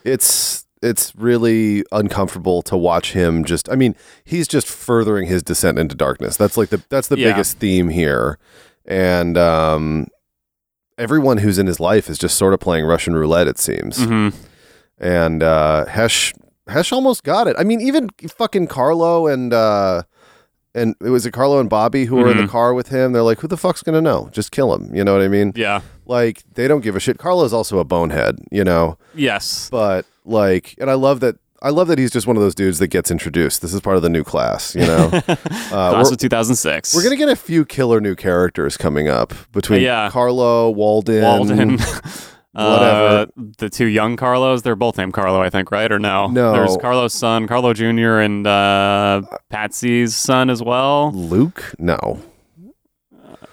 [SPEAKER 4] Yeah.
[SPEAKER 6] it's it's really uncomfortable to watch him. Just, I mean, he's just furthering his descent into darkness. That's like the that's the
[SPEAKER 4] Yeah.
[SPEAKER 6] biggest theme here, and um, everyone who's in his life is just sort of playing Russian roulette. It seems,
[SPEAKER 4] Mhm.
[SPEAKER 6] and uh, Hesh Hesh almost got it. I mean, even fucking Carlo and. uh and it was it Carlo and Bobby who were in the
[SPEAKER 4] Mm-hmm.
[SPEAKER 6] car with him. They're like, "Who the fuck's gonna know? Just kill him." You know what I mean?
[SPEAKER 4] Yeah.
[SPEAKER 6] like they don't give a shit. Carlo's also a bonehead, you know,
[SPEAKER 4] Yes.
[SPEAKER 6] but like, and I love that. I love that he's just one of those dudes that gets introduced. This is part of the new class, you know. uh,
[SPEAKER 4] Class
[SPEAKER 6] we're,
[SPEAKER 4] of 2006.
[SPEAKER 6] we're gonna get a few killer new characters coming up between
[SPEAKER 4] Yeah.
[SPEAKER 6] Carlo, Walden,
[SPEAKER 4] Walden.
[SPEAKER 6] whatever.
[SPEAKER 4] Uh, the two young Carlos, they're both named Carlo, I think, right? Or no?
[SPEAKER 6] No.
[SPEAKER 4] There's Carlo's son, Carlo Jr., and uh, Patsy's son as well.
[SPEAKER 6] Luke. No,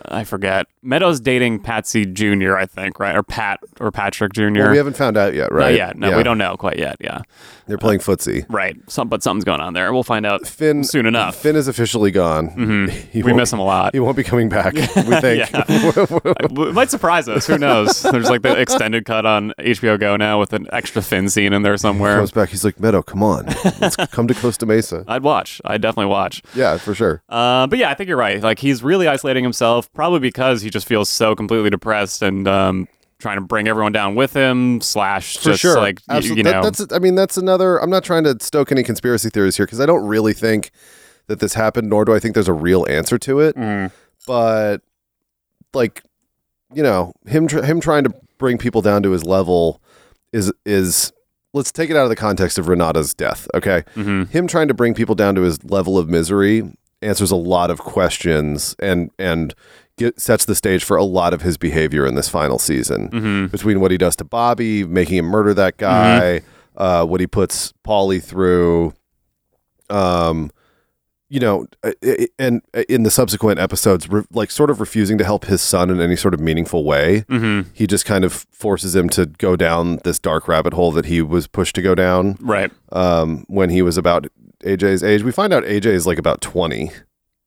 [SPEAKER 4] I forget. Meadows dating Patsy Jr., I think, right? Or Pat or Patrick Jr.
[SPEAKER 6] well, we haven't found out yet, right?
[SPEAKER 4] Not yet. No,
[SPEAKER 6] Yeah.
[SPEAKER 4] we don't uh, know quite yet. Yeah.
[SPEAKER 6] They're playing footsie.
[SPEAKER 4] Right. Some, but something's going on there. We'll find out
[SPEAKER 6] Finn
[SPEAKER 4] soon enough. Mm-hmm.
[SPEAKER 6] Finn is officially gone. He
[SPEAKER 4] we
[SPEAKER 6] won't-
[SPEAKER 4] miss him a lot.
[SPEAKER 6] He won't be coming back. we think.
[SPEAKER 4] it might surprise us. Who knows? There's like the extended cut on HBO Go now with an extra Finn scene in there somewhere.
[SPEAKER 6] comes back. He's like, Meadow, come on, let's come to Costa Mesa.
[SPEAKER 4] I'd watch. I'd definitely watch.
[SPEAKER 6] Yeah, for sure.
[SPEAKER 4] Uh, but yeah, I think you're right. Like he's really isolating himself, probably because he just feels so completely depressed and um, trying to bring everyone down with him. Slash,
[SPEAKER 6] for
[SPEAKER 4] just
[SPEAKER 6] sure.
[SPEAKER 4] like y-
[SPEAKER 6] Absolute-
[SPEAKER 4] you
[SPEAKER 6] that-
[SPEAKER 4] know,
[SPEAKER 6] that's. I mean, that's another. I'm not trying to stoke any conspiracy theories here because I don't really think that this happened, nor do I think there's a real answer to it.
[SPEAKER 4] Mm.
[SPEAKER 6] But like, you know, him tr- him trying to bring people down to his level is is. Let's take it out of the context of Renata's death. Okay,
[SPEAKER 4] Mm-hmm.
[SPEAKER 6] him trying to bring people down to his level of misery answers a lot of questions and and get, sets the stage for a lot of his behavior in this final season
[SPEAKER 4] Mm-hmm,
[SPEAKER 6] between what he does to Bobby, making him murder that guy, uh, what he puts Paulie through, um, you know, uh, i- i- and in the subsequent episodes, re- like sort of refusing to help his son in any sort of meaningful way.
[SPEAKER 4] Mm. mm-hmm.
[SPEAKER 6] He just kind of forces him to go down this dark rabbit hole that he was pushed to go down
[SPEAKER 4] right.
[SPEAKER 6] um, when he was about AJ's age. We find out AJ is like about 20.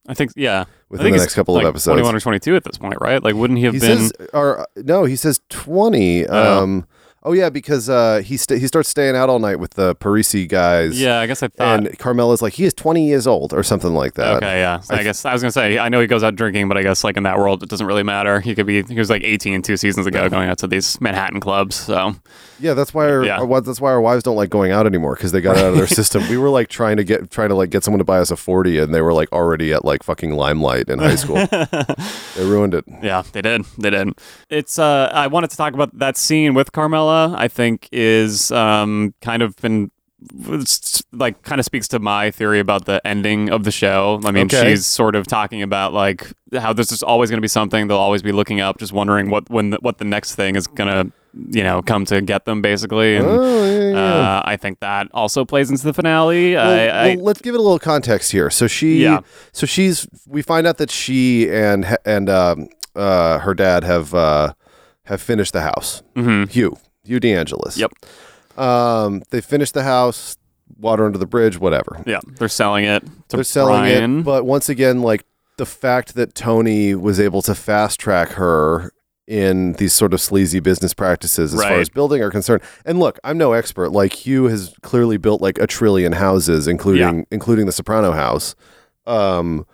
[SPEAKER 4] I think yeah. I
[SPEAKER 6] Within
[SPEAKER 4] think
[SPEAKER 6] the
[SPEAKER 4] he's,
[SPEAKER 6] next couple of
[SPEAKER 4] like,
[SPEAKER 6] episodes.
[SPEAKER 4] 21 or 22 at this point, right? Like, wouldn't he have
[SPEAKER 6] He
[SPEAKER 4] been?
[SPEAKER 6] says, or uh, no, he says 20.
[SPEAKER 4] Oh.
[SPEAKER 6] Um, oh, yeah, because uh, he, sta he starts staying out all night with the Parisi guys.
[SPEAKER 4] yeah, I guess I thought.
[SPEAKER 6] And uh, Carmela's like, he is 20 years old or something like that.
[SPEAKER 4] Okay, yeah. So I, guess I was gonna say I know he goes out drinking, but I guess like in that world it doesn't really matter. He could be he was like 18 two seasons ago going out to these Manhattan clubs. So
[SPEAKER 6] Yeah, that's why our,
[SPEAKER 4] Yeah.
[SPEAKER 6] our- that's why our wives don't like going out anymore because they got out of their system. We were like trying to get trying to like get someone to buy us a forty, and they were like already at like fucking limelight in high school. they ruined it.
[SPEAKER 4] yeah, they did. They did. It's uh I wanted to talk about that scene with Carmela, I think is um kind of been it's, like kind of speaks to my theory about the ending of the show. I mean,
[SPEAKER 6] Okay.
[SPEAKER 4] she's sort of talking about like how there's just always going to be something. They'll always be looking up, just wondering what when the, what the next thing is going to you know, come to get them basically. And
[SPEAKER 6] Oh, yeah, yeah.
[SPEAKER 4] uh, I think that also plays into the finale.
[SPEAKER 6] Well,
[SPEAKER 4] I, I
[SPEAKER 6] well, let's give it a little context here. So she,
[SPEAKER 4] Yeah.
[SPEAKER 6] so she's. We find out that she and and um, uh, her dad have uh, have finished the house. Mm-hmm. Hugh, Hugh DeAngelis.
[SPEAKER 4] Yep.
[SPEAKER 6] Um, they finished the house. Water under the bridge. Whatever.
[SPEAKER 4] yeah, they're selling it. To
[SPEAKER 6] They're selling
[SPEAKER 4] Brian.
[SPEAKER 6] it, but once again, like the fact that Tony was able to fast track her in these sort of sleazy business practices as far
[SPEAKER 4] Right.
[SPEAKER 6] as building are concerned. And look, I'm no expert. Like Hugh has clearly built like a trillion houses, including including the Soprano house. Um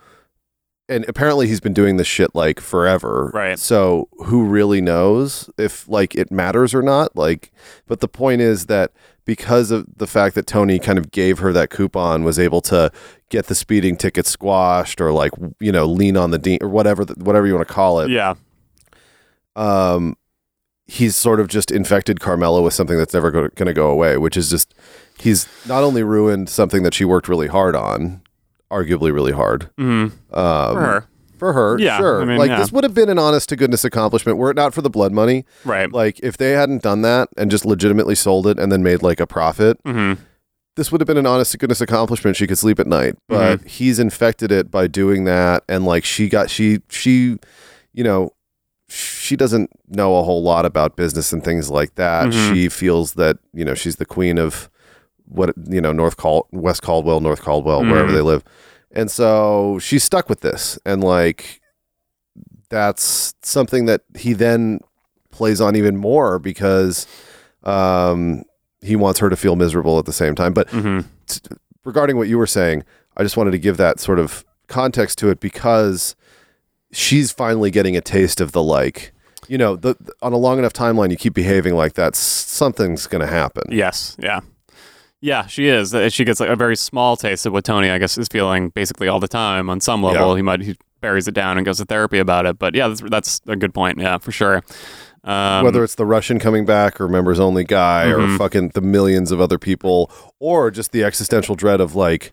[SPEAKER 6] and apparently he's been doing this shit like forever.
[SPEAKER 4] Right.
[SPEAKER 6] So who really knows if like it matters or not? Like but the point is that because of the fact that Tony kind of gave her that coupon was able to get the speeding ticket squashed or like you know lean on the dean or whatever the, whatever you want to call it
[SPEAKER 4] yeah,
[SPEAKER 6] um, he's sort of just infected Carmela with something that's never going to go away, which is just he's not only ruined something that she worked really hard on, arguably really hard
[SPEAKER 4] mm-hmm.
[SPEAKER 6] um,
[SPEAKER 4] for her.
[SPEAKER 6] for her.
[SPEAKER 4] Yeah,
[SPEAKER 6] sure.
[SPEAKER 4] I mean,
[SPEAKER 6] like
[SPEAKER 4] yeah.
[SPEAKER 6] this would have been an honest to goodness accomplishment were it not for the blood money.
[SPEAKER 4] Right.
[SPEAKER 6] Like if they hadn't done that and just legitimately sold it and then made like a profit.
[SPEAKER 4] Mm-hmm.
[SPEAKER 6] This would have been an honest to goodness accomplishment. She could sleep at night, but he's infected it by doing that, and like she got she she, you know, she doesn't know a whole lot about business and things like that. She feels that you know she's the queen of what you know North Cal West Caldwell, North Caldwell, wherever they live, and so she's stuck with this. And like that's something that he then plays on even more because um, he wants her to feel miserable at the same time. But
[SPEAKER 4] Mm-hmm.
[SPEAKER 6] t- regarding what you were saying, I just wanted to give that sort of context to it because she's finally getting a taste of the like, you know, the, the- on a long enough timeline, you keep behaving like that, s- something's going to happen.
[SPEAKER 4] Yes. Yeah. Yeah, she is. Uh, She gets like a very small taste of what Tony, I guess, is feeling basically all the time. On some level,
[SPEAKER 6] Yeah.
[SPEAKER 4] he might he buries it down and goes to therapy about it. But yeah, that's, that's a good point. Yeah, for sure. Um, Mm-hmm.
[SPEAKER 6] Whether it's the Russian coming back or members only guy or fucking the millions of other people or just the existential dread of like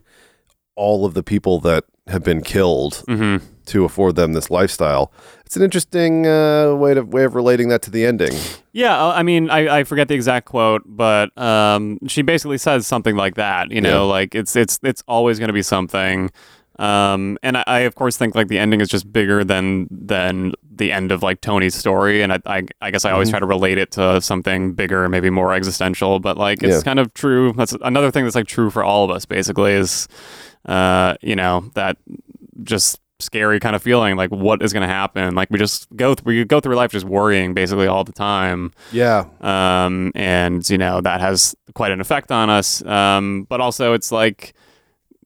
[SPEAKER 6] all of the people that have been killed
[SPEAKER 4] Mm-hmm.
[SPEAKER 6] to afford them this lifestyle. It's an interesting uh, way to way of relating that to the ending.
[SPEAKER 4] Yeah, uh, I mean, I, I forget the exact quote, but um, she basically says something like that. You know,
[SPEAKER 6] Yeah.
[SPEAKER 4] like it's it's it's always going to be something. Um, and I, I of course think like the ending is just bigger than than the end of like Tony's story, and I I, I guess I
[SPEAKER 6] Mm-hmm.
[SPEAKER 4] always try to relate it to something bigger, maybe more existential. But like it's
[SPEAKER 6] Yeah.
[SPEAKER 4] kind of true. That's another thing that's like true for all of us basically is, uh, you know, that just scary kind of feeling like what is going to happen like we just go th- we go through life just worrying basically all the time
[SPEAKER 6] Yeah.
[SPEAKER 4] um, and you know that has quite an effect on us. Um, but also, it's like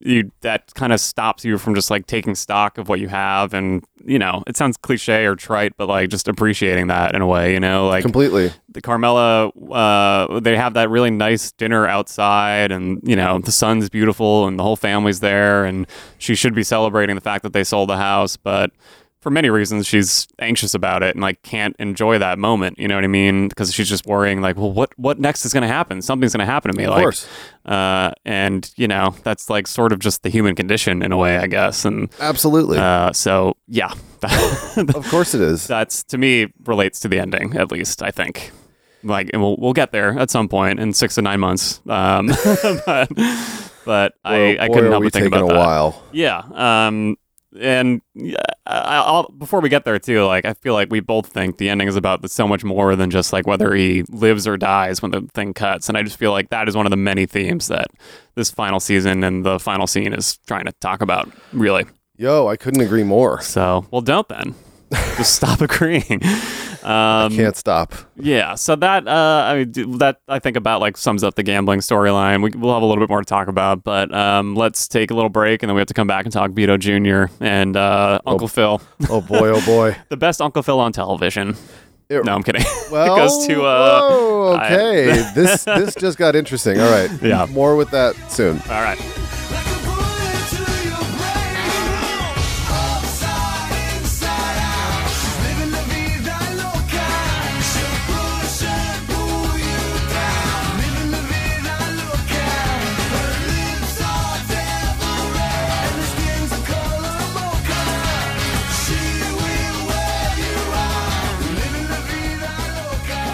[SPEAKER 4] you that kind of stops you from just like taking stock of what you have, and you know, it sounds cliche or trite, but like just appreciating that in a way, you know, like
[SPEAKER 6] Completely.
[SPEAKER 4] the Carmela, uh, they have that really nice dinner outside, and you know the sun's beautiful, and the whole family's there, and she should be celebrating the fact that they sold the house, but for many reasons she's anxious about it and like can't enjoy that moment. You know what I mean? Because she's just worrying, like, well, what what next is going to happen? Something's going to happen to me,
[SPEAKER 6] Of
[SPEAKER 4] like,
[SPEAKER 6] course.
[SPEAKER 4] uh, and you know that's like sort of just the human condition in a way, I guess, and
[SPEAKER 6] Absolutely.
[SPEAKER 4] uh, so yeah,
[SPEAKER 6] of course it is.
[SPEAKER 4] that's to me relates to the ending at least i think like and we'll, we'll get there at some point in six to nine months um, but, but I, I
[SPEAKER 6] Boy,
[SPEAKER 4] couldn't
[SPEAKER 6] are
[SPEAKER 4] help
[SPEAKER 6] we
[SPEAKER 4] but think
[SPEAKER 6] taking
[SPEAKER 4] about
[SPEAKER 6] a
[SPEAKER 4] that
[SPEAKER 6] while.
[SPEAKER 4] yeah um, and yeah, I, I'll, before we get there too like i feel like we both think the ending is about so much more than just like whether he lives or dies when the thing cuts and i just feel like that is one of the many themes that this final season and the final scene is trying to talk about really
[SPEAKER 6] Yo, I couldn't agree more.
[SPEAKER 4] so well don't then just stop agreeing um,
[SPEAKER 6] Can't stop.
[SPEAKER 4] yeah, so that uh, I mean, d- that I think about like sums up the gambling storyline. We, we'll have a little bit more to talk about, but um, let's take a little break, and then we have to come back and talk Vito Jr. and uh, Uncle Phil,
[SPEAKER 6] Oh boy, oh boy.
[SPEAKER 4] the best Uncle Phil on television.
[SPEAKER 6] It-
[SPEAKER 4] No, I'm kidding.
[SPEAKER 6] Well,
[SPEAKER 4] it goes to uh,
[SPEAKER 6] whoa,
[SPEAKER 4] I-
[SPEAKER 6] okay. this this just got interesting. All right.
[SPEAKER 4] Yeah. Uh,
[SPEAKER 6] More with that soon.
[SPEAKER 4] all right.
[SPEAKER 5] Like a bullet to your brain. Upside, inside out. She's living la vida loca. She'll push and pull you down. Living la vida loca. Her lips are devil red, and her skin's a color mocha. She will wear you out. Living la vida loca.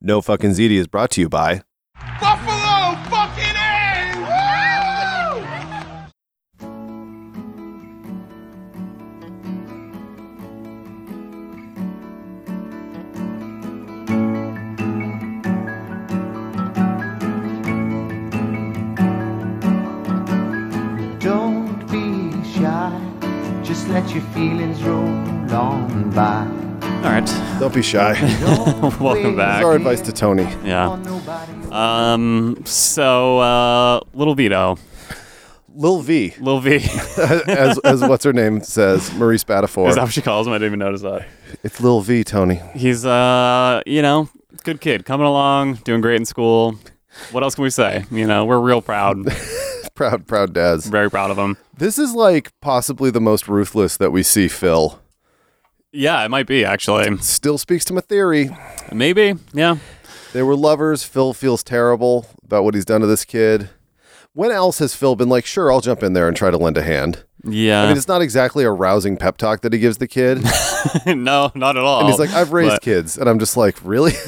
[SPEAKER 6] No fucking ZD is brought to you by
[SPEAKER 5] Buffalo fucking A! Woo!
[SPEAKER 7] Don't be shy, just let your feelings roll on by.
[SPEAKER 4] All right,
[SPEAKER 6] Don't be shy.
[SPEAKER 4] welcome
[SPEAKER 6] That's our
[SPEAKER 4] back.
[SPEAKER 6] advice to Tony.
[SPEAKER 4] Yeah.
[SPEAKER 7] Nobody
[SPEAKER 4] Um. So, uh, little Vito,
[SPEAKER 6] Lil V,
[SPEAKER 4] Lil V, is
[SPEAKER 6] as, as what's her name says, Marie
[SPEAKER 4] that
[SPEAKER 6] Spatafor.
[SPEAKER 4] what she calls him? I didn't even notice that.
[SPEAKER 6] It's Lil V, Tony.
[SPEAKER 4] He's uh, you know, good kid, coming along, doing great in school. What else can we say? You know, we're real proud,
[SPEAKER 6] Proud, proud dads.
[SPEAKER 4] very proud of him.
[SPEAKER 6] This is like possibly the most ruthless that we see Phil.
[SPEAKER 4] Yeah, it might be actually.
[SPEAKER 6] Still speaks to my theory.
[SPEAKER 4] Maybe. Yeah.
[SPEAKER 6] They were lovers. Phil feels terrible about what he's done to this kid. When else has Phil been like, sure, I'll jump in there and try to lend a hand?
[SPEAKER 4] Yeah.
[SPEAKER 6] I mean, it's not exactly a rousing pep talk that he gives the kid. And
[SPEAKER 4] no, not at all.
[SPEAKER 6] he's like, I've raised
[SPEAKER 4] But-
[SPEAKER 6] kids. And I'm just like, really?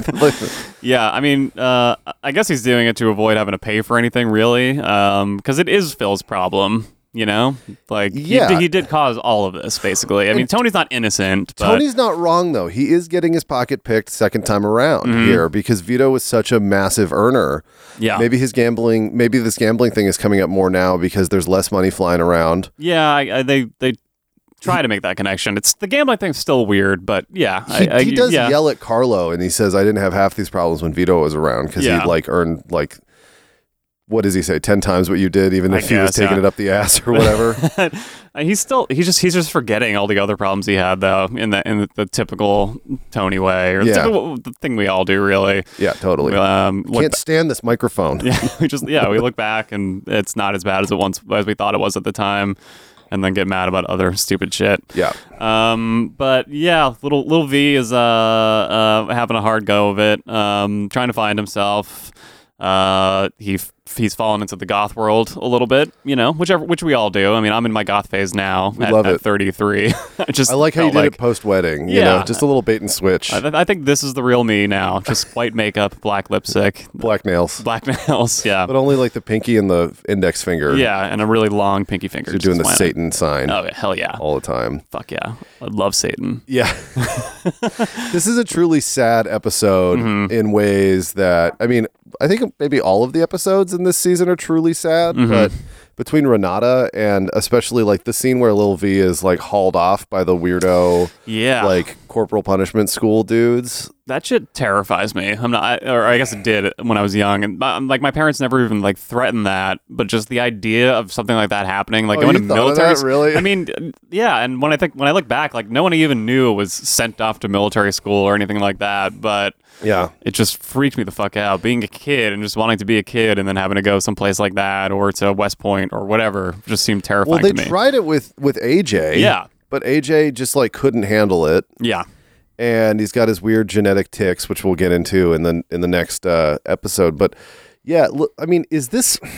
[SPEAKER 4] Yeah, I mean, uh, I guess he's doing it to avoid having to pay for anything, really, because it is Phil's problem. You know, like he
[SPEAKER 6] Yeah.
[SPEAKER 4] di- he, did cause all of this, basically. I mean, Tony's not innocent. But
[SPEAKER 6] Tony's not wrong, though. He is getting his pocket picked second time around here because Vito was such a massive earner.
[SPEAKER 4] Mm-hmm. yeah,
[SPEAKER 6] Maybe his gambling, maybe this gambling thing is coming up more now because there's less money flying around.
[SPEAKER 4] yeah. I, I, they they try to make that connection. It's the gambling thing's still weird, but yeah,
[SPEAKER 6] He,
[SPEAKER 4] I, I-
[SPEAKER 6] he does
[SPEAKER 4] yeah.
[SPEAKER 6] yell at Carlo and he says, I didn't have half these problems when Vito was around because
[SPEAKER 4] Yeah.
[SPEAKER 6] he like earned like, what does he say, 10 times what you did, even
[SPEAKER 4] I
[SPEAKER 6] if he was
[SPEAKER 4] guess,
[SPEAKER 6] taking
[SPEAKER 4] yeah.
[SPEAKER 6] it up the ass or whatever.
[SPEAKER 4] he's still he's just he's just forgetting all the other problems he had though in the in the, the typical Tony way or the,
[SPEAKER 6] Yeah.
[SPEAKER 4] typical, the thing we all do really.
[SPEAKER 6] yeah, totally.
[SPEAKER 4] Um, look
[SPEAKER 6] Can't stand this microphone.
[SPEAKER 4] Yeah, we just yeah, we look back and it's not as bad as it once as we thought it was at the time, and then get mad about other stupid shit.
[SPEAKER 6] Yeah.
[SPEAKER 4] Um, but yeah, little little V is uh, uh having a hard go of it. Um, trying to find himself. Uh, he f- he's fallen into the goth world a little bit, you know, whichever which we all do. I mean, I'm in my goth phase now. at,
[SPEAKER 6] love
[SPEAKER 4] at
[SPEAKER 6] it.
[SPEAKER 4] 33. I just
[SPEAKER 6] I like how you
[SPEAKER 4] felt
[SPEAKER 6] did it post wedding. You
[SPEAKER 4] Yeah.
[SPEAKER 6] know, just a little bait and switch.
[SPEAKER 4] I, th- I think this is the real me now. Just white makeup, black lipstick,
[SPEAKER 6] Black nails.
[SPEAKER 4] black nails. Yeah.
[SPEAKER 6] But only like the pinky and the index finger.
[SPEAKER 4] Yeah, and a really long pinky finger.
[SPEAKER 6] You're doing the
[SPEAKER 4] Just why
[SPEAKER 6] Satan sign
[SPEAKER 4] not? Oh, yeah, hell yeah.
[SPEAKER 6] all the time.
[SPEAKER 4] Fuck yeah. I love Satan.
[SPEAKER 6] Yeah. this is a truly sad episode
[SPEAKER 4] Mm-hmm.
[SPEAKER 6] in ways that, I mean, I think maybe all of the episodes in this season are truly sad,
[SPEAKER 4] Mm-hmm.
[SPEAKER 6] but between Renata and especially like the scene where Lil V is like hauled off by the weirdo,
[SPEAKER 4] Yeah.
[SPEAKER 6] like corporal punishment school dudes.
[SPEAKER 4] That shit terrifies me. I'm not, I, or I guess it did when I was young. And my, like, my parents never even like threatened that, but just the idea of something like that happening, like
[SPEAKER 6] Oh,
[SPEAKER 4] going
[SPEAKER 6] you
[SPEAKER 4] to
[SPEAKER 6] thought of
[SPEAKER 4] military.
[SPEAKER 6] that, really?
[SPEAKER 4] I mean, yeah. And when I think, when I look back, like no one even knew was sent off to military school or anything like that, but
[SPEAKER 6] Yeah.
[SPEAKER 4] it just freaked me the fuck out. Being a kid and just wanting to be a kid and then having to go someplace like that or to West Point or whatever just seemed terrifying
[SPEAKER 6] Well, they
[SPEAKER 4] to me.
[SPEAKER 6] tried it with with AJ.
[SPEAKER 4] Yeah.
[SPEAKER 6] But AJ just like couldn't handle it.
[SPEAKER 4] yeah.
[SPEAKER 6] and he's got his weird genetic ticks, which we'll get into in the in the next uh, episode. But yeah, look, I mean, is this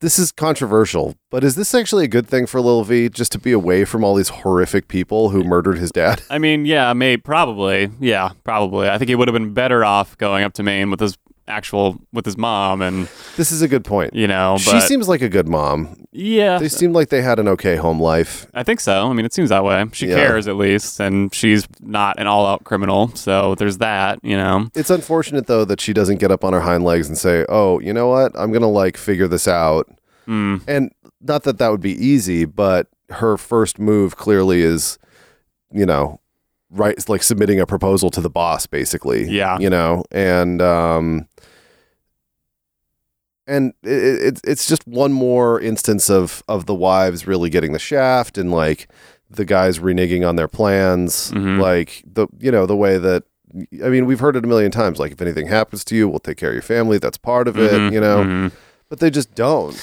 [SPEAKER 6] this is controversial? But is this actually a good thing for Lil V just to be away from all these horrific people who murdered his dad?
[SPEAKER 4] I mean, yeah, may probably, yeah, probably. I think he would have been better off going up to Maine with his actual with his mom, and
[SPEAKER 6] This is a good point.
[SPEAKER 4] you know, but
[SPEAKER 6] she seems like a good mom.
[SPEAKER 4] yeah,
[SPEAKER 6] They seem like they had an okay home life.
[SPEAKER 4] I think so. I mean, it seems that way. She
[SPEAKER 6] Yeah.
[SPEAKER 4] cares at least, and she's not an all-out criminal, so there's that, you know.
[SPEAKER 6] It's unfortunate though that she doesn't get up on her hind legs and say, "Oh, you know what? I'm gonna like figure this out."
[SPEAKER 4] Hmm.
[SPEAKER 6] And not that that would be easy, but her first move clearly is, you know, right, it's like submitting a proposal to the boss, basically.
[SPEAKER 4] Yeah.
[SPEAKER 6] you know, and um, and it, it, it's- it's just one more instance of of the wives really getting the shaft and like the guys reneging on their plans,
[SPEAKER 4] Mhm.
[SPEAKER 6] like the you know the way that I mean, we've heard it a million times. Like, if anything happens to you, we'll take care of your family. That's part of it,
[SPEAKER 4] Mhm,
[SPEAKER 6] you know.
[SPEAKER 4] mhm.
[SPEAKER 6] But they just don't.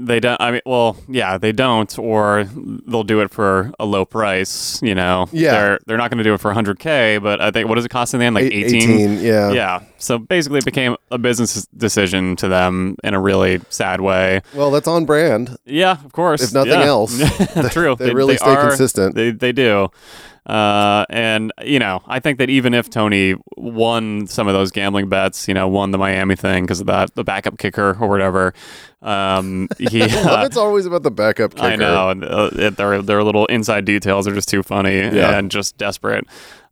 [SPEAKER 4] They don't. I mean, well, yeah, they don't, or they'll do it for a low price. You know,
[SPEAKER 6] Yeah.
[SPEAKER 4] they're they're not going to do it for 100k, but I think what does it cost in the end? Like
[SPEAKER 6] Eight- 18, yeah.
[SPEAKER 4] yeah. So basically, it became a business decision to them in a really sad way.
[SPEAKER 6] Well, that's on brand.
[SPEAKER 4] Yeah, of course.
[SPEAKER 6] If nothing
[SPEAKER 4] yeah.
[SPEAKER 6] else,
[SPEAKER 4] True.
[SPEAKER 6] they really stay consistent.
[SPEAKER 4] They, they do. Uh, and you know, I think that even if Tony won some of those gambling bets, you know, won the Miami thing because of that, the backup kicker or whatever, um, he. uh,
[SPEAKER 6] it's always about the backup kicker.
[SPEAKER 4] I know, and uh, it- their their little inside details are just too funny
[SPEAKER 6] Yeah.
[SPEAKER 4] and just desperate.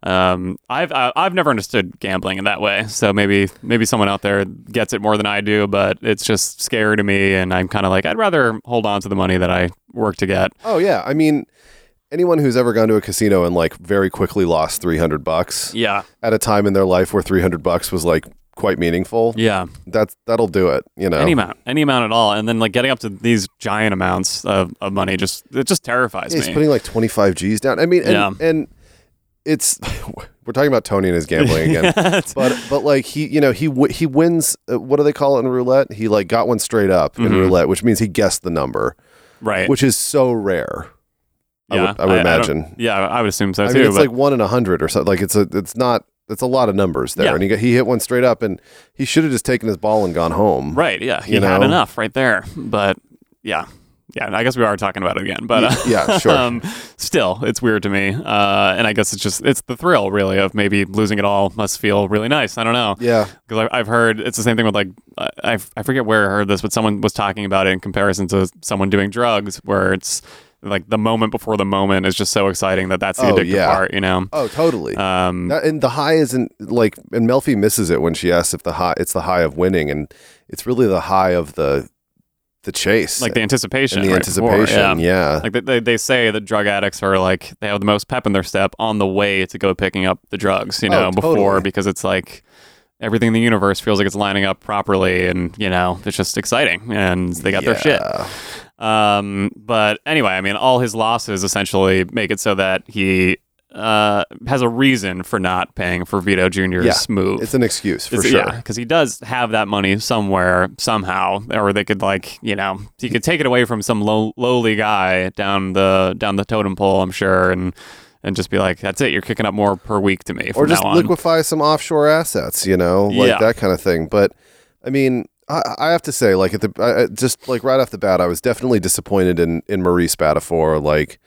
[SPEAKER 4] Um, I've I- I've never understood gambling in that way, so maybe maybe someone out there gets it more than I do, but it's just scary to me, and I'm kind of like I'd rather hold on to the money that I work to get.
[SPEAKER 6] Oh yeah, I mean, anyone who's ever gone to a casino and like very quickly lost three hundred bucks
[SPEAKER 4] Yeah,
[SPEAKER 6] at a time in their life where three hundred bucks was like quite meaningful.
[SPEAKER 4] yeah.
[SPEAKER 6] That's that'll do it. You know.
[SPEAKER 4] Any amount, any amount at all, and then like getting up to these giant amounts of, of money just it just terrifies
[SPEAKER 6] Yeah, he's
[SPEAKER 4] me.
[SPEAKER 6] putting like 25 G's down. I mean, and,
[SPEAKER 4] Yeah.
[SPEAKER 6] and it's we're talking about Tony and his gambling again. But but like he, you know, he wi- he wins uh, what do they call it in roulette? He like got one straight up in roulette, which means he guessed the number,
[SPEAKER 4] Mm-hmm. right?
[SPEAKER 6] which is so rare. I
[SPEAKER 4] yeah,
[SPEAKER 6] would, I would
[SPEAKER 4] don't-
[SPEAKER 6] imagine.
[SPEAKER 4] yeah, I would assume so
[SPEAKER 6] I,
[SPEAKER 4] too.
[SPEAKER 6] mean, it's
[SPEAKER 4] but
[SPEAKER 6] like 1 in a 100 or something. Like it's a it's not it's a lot of numbers there.
[SPEAKER 4] Yeah.
[SPEAKER 6] And he got, he hit one straight up and he should have just taken his ball and gone home.
[SPEAKER 4] Right. Yeah. He
[SPEAKER 6] You
[SPEAKER 4] had
[SPEAKER 6] know?
[SPEAKER 4] enough right there. But yeah. Yeah. I guess we are talking about it again. But uh,
[SPEAKER 6] yeah, sure.
[SPEAKER 4] um, still, it's weird to me. Uh, and I guess it's just, it's the thrill really of maybe losing it all must feel really nice. I don't know.
[SPEAKER 6] Yeah.
[SPEAKER 4] Because I've heard it's the same thing with like I, I f- I forget where I heard this, but someone was talking about it in comparison to someone doing drugs, where it's like the moment before the moment is just so exciting that that's the
[SPEAKER 6] Oh,
[SPEAKER 4] addictive
[SPEAKER 6] yeah.
[SPEAKER 4] part, you know.
[SPEAKER 6] Oh, totally.
[SPEAKER 4] Um,
[SPEAKER 6] That- and the high isn't like, and Melfi misses it when she asks if the high, it's the high of winning, and it's really the high of the, the chase,
[SPEAKER 4] like the anticipation,
[SPEAKER 6] and the
[SPEAKER 4] right before,
[SPEAKER 6] anticipation, yeah.
[SPEAKER 4] like they- they, they say that drug addicts are like they have the most pep in their step on the way to go picking up the drugs you know
[SPEAKER 6] Oh,
[SPEAKER 4] before
[SPEAKER 6] totally.
[SPEAKER 4] because it's like everything in the universe feels like it's lining up properly and you know it's just exciting and they got their shit
[SPEAKER 6] Yeah.
[SPEAKER 4] um, but anyway, I mean, all his losses essentially make it so that he uh, has a reason for not paying for Vito Jr.'s
[SPEAKER 6] Yeah,
[SPEAKER 4] move.
[SPEAKER 6] it's an excuse for
[SPEAKER 4] It's-
[SPEAKER 6] sure.
[SPEAKER 4] Yeah, because he does have that money somewhere, somehow, or they could like, you know, he could take it away from some low, lowly guy down the down the totem pole, I'm sure, and and just be like, that's it, you're kicking up more per week to me. From
[SPEAKER 6] Or just
[SPEAKER 4] now on.
[SPEAKER 6] liquefy some offshore assets, you know, like
[SPEAKER 4] Yeah.
[SPEAKER 6] that kind of thing. But I mean, I, I have to say, like at the I, I- just like right off the bat, I was definitely disappointed in in Maurice Spatafor, like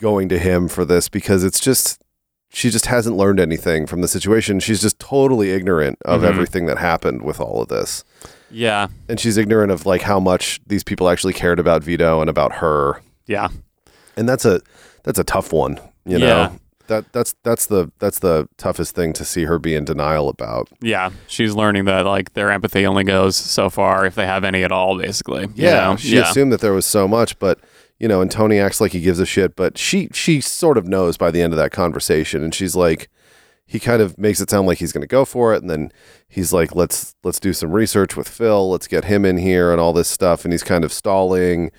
[SPEAKER 6] going to him for this because it's just she just hasn't learned anything from the situation. She's just totally ignorant of
[SPEAKER 4] Mm-hmm.
[SPEAKER 6] everything that happened with all of this,
[SPEAKER 4] yeah,
[SPEAKER 6] and she's ignorant of like how much these people actually cared about Vito and about her
[SPEAKER 4] yeah,
[SPEAKER 6] and that's a that's a tough one you know
[SPEAKER 4] Yeah.
[SPEAKER 6] that that's that's the that's the toughest thing to see her be in denial about
[SPEAKER 4] yeah. She's learning that like their empathy only goes so far if they have any at all, basically. you know?
[SPEAKER 6] she
[SPEAKER 4] yeah.
[SPEAKER 6] assumed that there was so much but you know and tony acts like he gives a shit but she she sort of knows by the end of that conversation and she's like he kind of makes it sound like he's going to go for it and then he's like let's let's do some research with phil let's get him in here and all this stuff and he's kind of stalling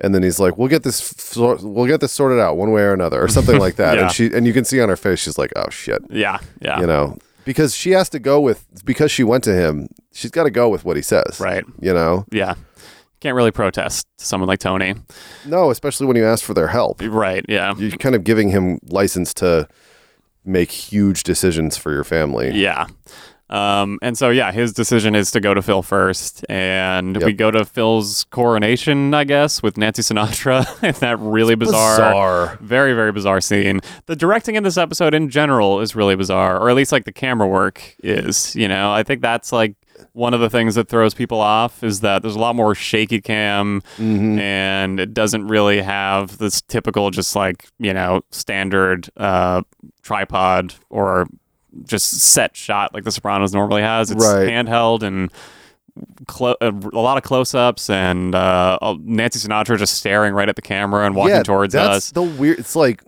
[SPEAKER 6] and then he's like we'll get this f- sor- we'll get this sorted out one way or another or something like that
[SPEAKER 4] Yeah.
[SPEAKER 6] and she and you can see on her face she's like oh shit
[SPEAKER 4] yeah, yeah,
[SPEAKER 6] you know because she has to go with because she went to him she's got to go with what he says
[SPEAKER 4] Right.
[SPEAKER 6] you know
[SPEAKER 4] yeah. Can't really protest to someone like Tony.
[SPEAKER 6] no especially when you ask for their help
[SPEAKER 4] Right, yeah.
[SPEAKER 6] you're kind of giving him license to make huge decisions for your family
[SPEAKER 4] Yeah. Um, and so, yeah, his decision is to go to Phil first. And we
[SPEAKER 6] Yep.
[SPEAKER 4] go to Phil's coronation, I guess, with Nancy Sinatra in that really bizarre,
[SPEAKER 6] Bizarre.
[SPEAKER 4] very, very bizarre scene. The directing in this episode in general is really bizarre, or at least like the camera work is. You know, I think that's like one of the things that throws people off is that there's a lot more shaky cam
[SPEAKER 6] Mm-hmm.
[SPEAKER 4] and it doesn't really have this typical, just like, you know, standard uh, tripod or just set shot like The Sopranos normally has. It's
[SPEAKER 6] Right.
[SPEAKER 4] handheld and clo- a a lot of close-ups and uh, all- Nancy Sinatra just staring right at the camera and walking
[SPEAKER 6] yeah
[SPEAKER 4] towards
[SPEAKER 6] that's
[SPEAKER 4] us.
[SPEAKER 6] the weird it's like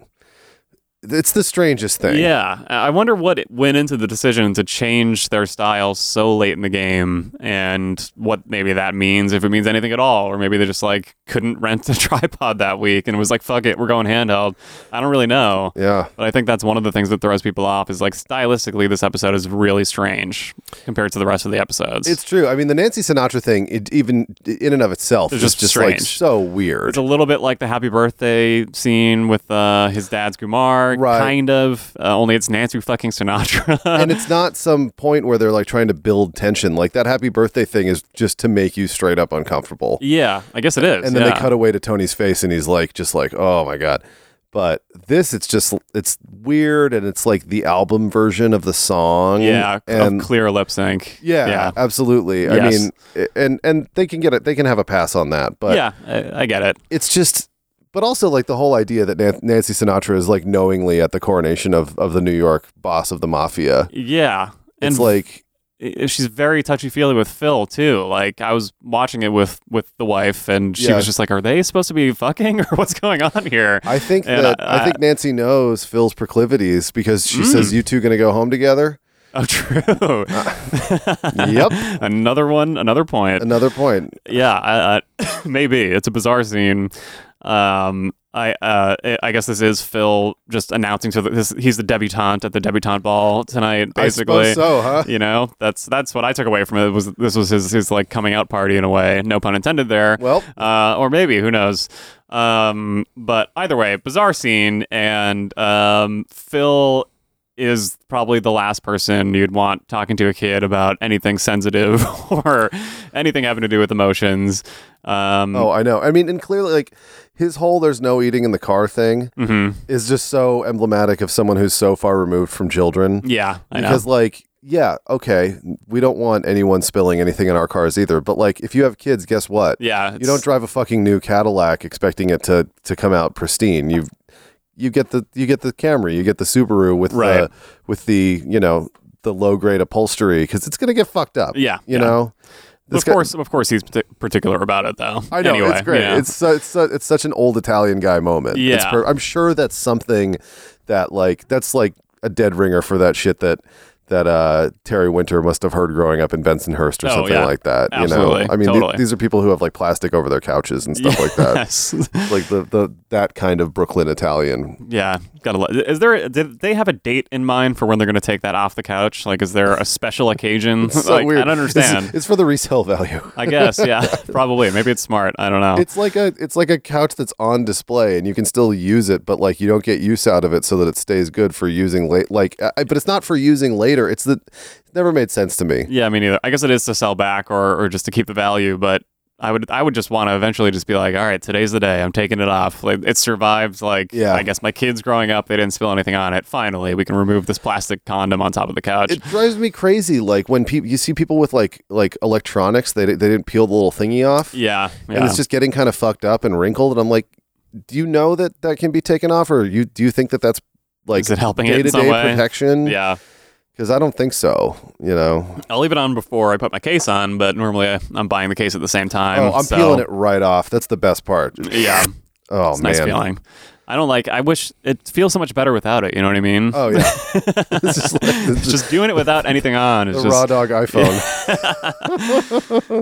[SPEAKER 6] it's the strangest thing
[SPEAKER 4] Yeah, I I wonder what it went into the decision to change their style so late in the game, and what maybe that means, if it means anything at all, or maybe they just like couldn't rent a tripod that week and was like, "Fuck it, we're going handheld." I don't really know.
[SPEAKER 6] yeah
[SPEAKER 4] But I think that's one of the things that throws people off is like stylistically, this episode is really strange compared to the rest of the episodes.
[SPEAKER 6] it's true i mean the nancy sinatra thing it even in and of itself
[SPEAKER 4] It's
[SPEAKER 6] is
[SPEAKER 4] just
[SPEAKER 6] just, like
[SPEAKER 4] strange.
[SPEAKER 6] so weird
[SPEAKER 4] It's a little bit like the Happy Birthday scene with uh, his dad's Gumar,
[SPEAKER 6] Right.
[SPEAKER 4] kind of. Uh, only it's Nancy fucking Sinatra.
[SPEAKER 6] and it's not some point where they're like trying to build tension like that happy birthday thing is just to make you straight up uncomfortable
[SPEAKER 4] yeah, I guess it is.
[SPEAKER 6] and then
[SPEAKER 4] yeah.
[SPEAKER 6] they cut away to Tony's face, and he's like, just like, oh my god. But this, it's just it's weird, and it's like the album version of the song.
[SPEAKER 4] Yeah,
[SPEAKER 6] Mm, and
[SPEAKER 4] of clear lip sync.
[SPEAKER 6] yeah,
[SPEAKER 4] yeah,
[SPEAKER 6] absolutely. I
[SPEAKER 4] Yes.
[SPEAKER 6] mean, i- and and they can get it. They can have a pass on that. But
[SPEAKER 4] yeah. I, I get it.
[SPEAKER 6] it's just but also like the whole idea that Nan- Nancy Sinatra is like knowingly at the coronation of of the New York boss of the mafia.
[SPEAKER 4] Yeah,
[SPEAKER 6] it's like
[SPEAKER 4] i- she's very touchy feely with Phil too. Like I was watching it with with the wife, and she
[SPEAKER 6] Yeah.
[SPEAKER 4] was just like, "Are they supposed to be fucking, or what's going on here?"
[SPEAKER 6] I think
[SPEAKER 4] And
[SPEAKER 6] that
[SPEAKER 4] I- Mm.
[SPEAKER 6] I, think Nancy knows Phil's proclivities because she says you two going to go home together.
[SPEAKER 4] oh, true.
[SPEAKER 6] Uh, yep.
[SPEAKER 4] another one, another point.
[SPEAKER 6] Another point.
[SPEAKER 4] yeah, I, I, maybe it's a bizarre scene. Um, I uh, I- I guess this is Phil just announcing to the, this. He's the debutante at the debutante ball tonight, basically.
[SPEAKER 6] I suppose so, huh?
[SPEAKER 4] You know, that's that's what I took away from it. Was this was his his like coming out party in a way? No pun intended there.
[SPEAKER 6] Well.
[SPEAKER 4] uh, or maybe who knows. Um, but either way, bizarre scene, and um, Phil is probably the last person you'd want talking to a kid about anything sensitive or anything having to do with emotions. Um,
[SPEAKER 6] Oh, I know. I mean, and clearly like his whole there's no eating in the car thing
[SPEAKER 4] mm-hmm.
[SPEAKER 6] is just so emblematic of someone who's so far removed from children.
[SPEAKER 4] yeah, Mm, I know.
[SPEAKER 6] because like yeah, okay, we don't want anyone spilling anything in our cars either, but like if you have kids, guess what?
[SPEAKER 4] Yeah,
[SPEAKER 6] You don't
[SPEAKER 4] it's-
[SPEAKER 6] drive a fucking new Cadillac expecting it to to come out pristine. You you get the you get the Camry, you get the Subaru with
[SPEAKER 4] Right.
[SPEAKER 6] the with the, you know, the low grade upholstery cuz it's going to get fucked up.
[SPEAKER 4] Yeah,
[SPEAKER 6] You
[SPEAKER 4] yeah.
[SPEAKER 6] know.
[SPEAKER 4] of
[SPEAKER 6] This guy-
[SPEAKER 4] course, of course, he's partic- particular about it though.
[SPEAKER 6] I know
[SPEAKER 4] Anyway,
[SPEAKER 6] it's great.
[SPEAKER 4] yeah.
[SPEAKER 6] It's su- it's su- it's such an old Italian guy moment. It's
[SPEAKER 4] Yeah.
[SPEAKER 6] I'm sure that's something that like that's like a dead ringer for that shit that that uh, Terry Winter must have heard growing up in Bensonhurst or
[SPEAKER 4] Oh,
[SPEAKER 6] something
[SPEAKER 4] yeah.
[SPEAKER 6] like that.
[SPEAKER 4] Absolutely.
[SPEAKER 6] You know, I mean, the-
[SPEAKER 4] Totally.
[SPEAKER 6] these are people who have like plastic over their couches and stuff like that.
[SPEAKER 4] yes.
[SPEAKER 6] Like the the that kind of Brooklyn Italian.
[SPEAKER 4] Yeah, gotta. Lo- is there? Did they have a date in mind for when they're gonna take that off the couch? Like, is there a special occasion?
[SPEAKER 6] So
[SPEAKER 4] like,
[SPEAKER 6] weird.
[SPEAKER 4] I don't
[SPEAKER 6] This is-
[SPEAKER 4] understand.
[SPEAKER 6] It's, for the resale value.
[SPEAKER 4] I guess. Yeah, probably. Maybe it's smart. I don't know.
[SPEAKER 6] It's like a it's like a couch that's on display and you can still use it, but like you don't get use out of it so that it stays good for using late. Like, I, but it's not for using later. It's that it never made sense to me.
[SPEAKER 4] yeah, me neither. I guess it is to sell back or or just to keep the value, but. I would, I would just want to eventually just be like, all right, today's the day. I'm taking it off. Like it survived. Like
[SPEAKER 6] Yeah.
[SPEAKER 4] I guess my kids growing up, they didn't spill anything on it. Finally, we can remove this plastic condom on top of the couch.
[SPEAKER 6] It drives me crazy. Like when people you see people with like like electronics, they they didn't peel the little thingy off,
[SPEAKER 4] yeah, yeah.
[SPEAKER 6] and it's just getting kind of fucked up and wrinkled. And I'm like, do you know that that can be taken off, or you do you think that that's like
[SPEAKER 4] Is it helping it
[SPEAKER 6] day
[SPEAKER 4] in
[SPEAKER 6] to
[SPEAKER 4] some
[SPEAKER 6] day
[SPEAKER 4] way?
[SPEAKER 6] protection?
[SPEAKER 4] yeah.
[SPEAKER 6] because I don't think so. You know,
[SPEAKER 4] I'll leave it on before I put my case on, but normally I, I'm buying the case at the same time.
[SPEAKER 6] oh, I'm
[SPEAKER 4] so-
[SPEAKER 6] peeling it right off. That's the best part.
[SPEAKER 4] Yeah,
[SPEAKER 6] Oh
[SPEAKER 4] it's a
[SPEAKER 6] man.
[SPEAKER 4] nice feeling. I don't like. I wish it feels so much better without it. You know what I mean?
[SPEAKER 6] Oh yeah, it's just like
[SPEAKER 4] It's just doing it without anything on. It's
[SPEAKER 6] the
[SPEAKER 4] just,
[SPEAKER 6] raw dog iPhone.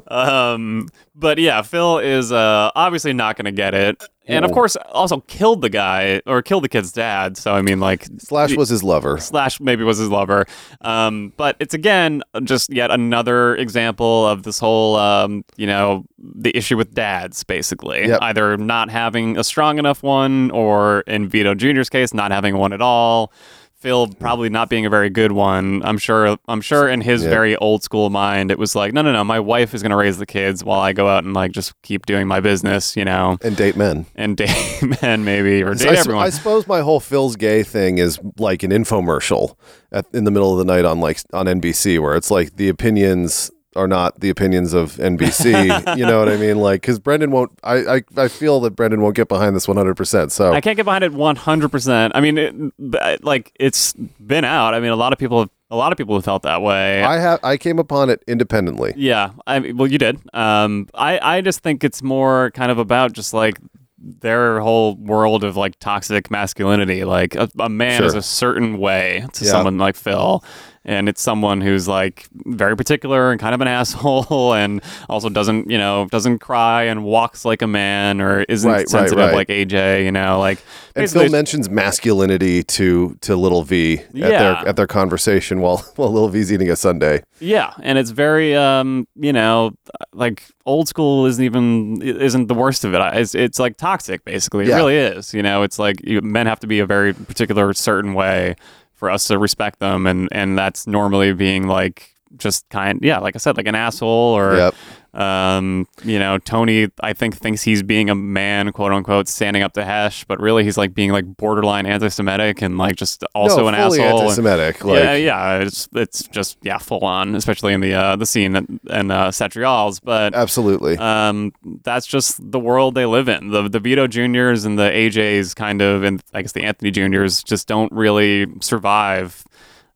[SPEAKER 4] Um, but yeah, Phil is uh, obviously not going to get it, and of course, also killed the guy or killed the kid's dad. So I mean, like,
[SPEAKER 6] Slash was his lover.
[SPEAKER 4] slash maybe was his lover. Um, but it's again just yet another example of this whole um, you know the issue with dads basically
[SPEAKER 6] Yep.
[SPEAKER 4] either not having a strong enough one or in Vito Jr.'s case not having one at all. Phil probably not being a very good one. I'm sure. I'm sure in his
[SPEAKER 6] Yeah.
[SPEAKER 4] very old school mind, it was like, no, no, no. My wife is going to raise the kids while I go out and like just keep doing my business, you know,
[SPEAKER 6] And date men.
[SPEAKER 4] and date men maybe or
[SPEAKER 6] So
[SPEAKER 4] date
[SPEAKER 6] I, s-
[SPEAKER 4] everyone.
[SPEAKER 6] I suppose my whole Phil's gay thing is like an infomercial at, in the middle of the night on like on NBC, where it's like the opinions are not the opinions of NBC. you know what I mean? Like, because Brendan won't. I, I I feel that Brendan won't get behind this 100. percent So
[SPEAKER 4] I can't get behind it 100%. I mean, it, but, like it's been out. I mean, a lot of people have a lot of people have felt that way.
[SPEAKER 6] I have I came upon it independently.
[SPEAKER 4] yeah. I mean, well, you did. Um I I just think it's more kind of about just like their whole world of like toxic masculinity. Like a, a man is
[SPEAKER 6] Sure.
[SPEAKER 4] a certain way to
[SPEAKER 6] Yeah.
[SPEAKER 4] someone like Phil. And it's someone who's like very particular and kind of an asshole, and also doesn't, you know, doesn't cry and walks like a man or isn't
[SPEAKER 6] Right, right,
[SPEAKER 4] sensitive
[SPEAKER 6] right.
[SPEAKER 4] like AJ, you know, like
[SPEAKER 6] And
[SPEAKER 4] basically
[SPEAKER 6] Phil mentions masculinity to to little V at
[SPEAKER 4] Yeah.
[SPEAKER 6] their at their conversation while while little V's eating a sundae.
[SPEAKER 4] Yeah, and it's very um, you know, like old school isn't even isn't the worst of it. I- It's it's like toxic basically. It
[SPEAKER 6] Yeah.
[SPEAKER 4] really is. You know, it's like you, men have to be a very particular certain way for us to respect them and and that's normally being like just kind, yeah, like I said, like an asshole or,
[SPEAKER 6] Yep.
[SPEAKER 4] um, you know, Tony. I think thinks he's being a man, quote unquote, standing up to Hesh, but really he's like being like borderline anti-Semitic and like just also
[SPEAKER 6] no,
[SPEAKER 4] an
[SPEAKER 6] fully
[SPEAKER 4] asshole. and-
[SPEAKER 6] anti-Semitic. Like,
[SPEAKER 4] yeah, yeah, it's it's just yeah, full on, especially in the uh, the scene and, and uh, Satrial's. But
[SPEAKER 6] absolutely.
[SPEAKER 4] um, that's just the world they live in. The the Vito Juniors and the AJs kind of, and I guess the Anthony Juniors just don't really survive.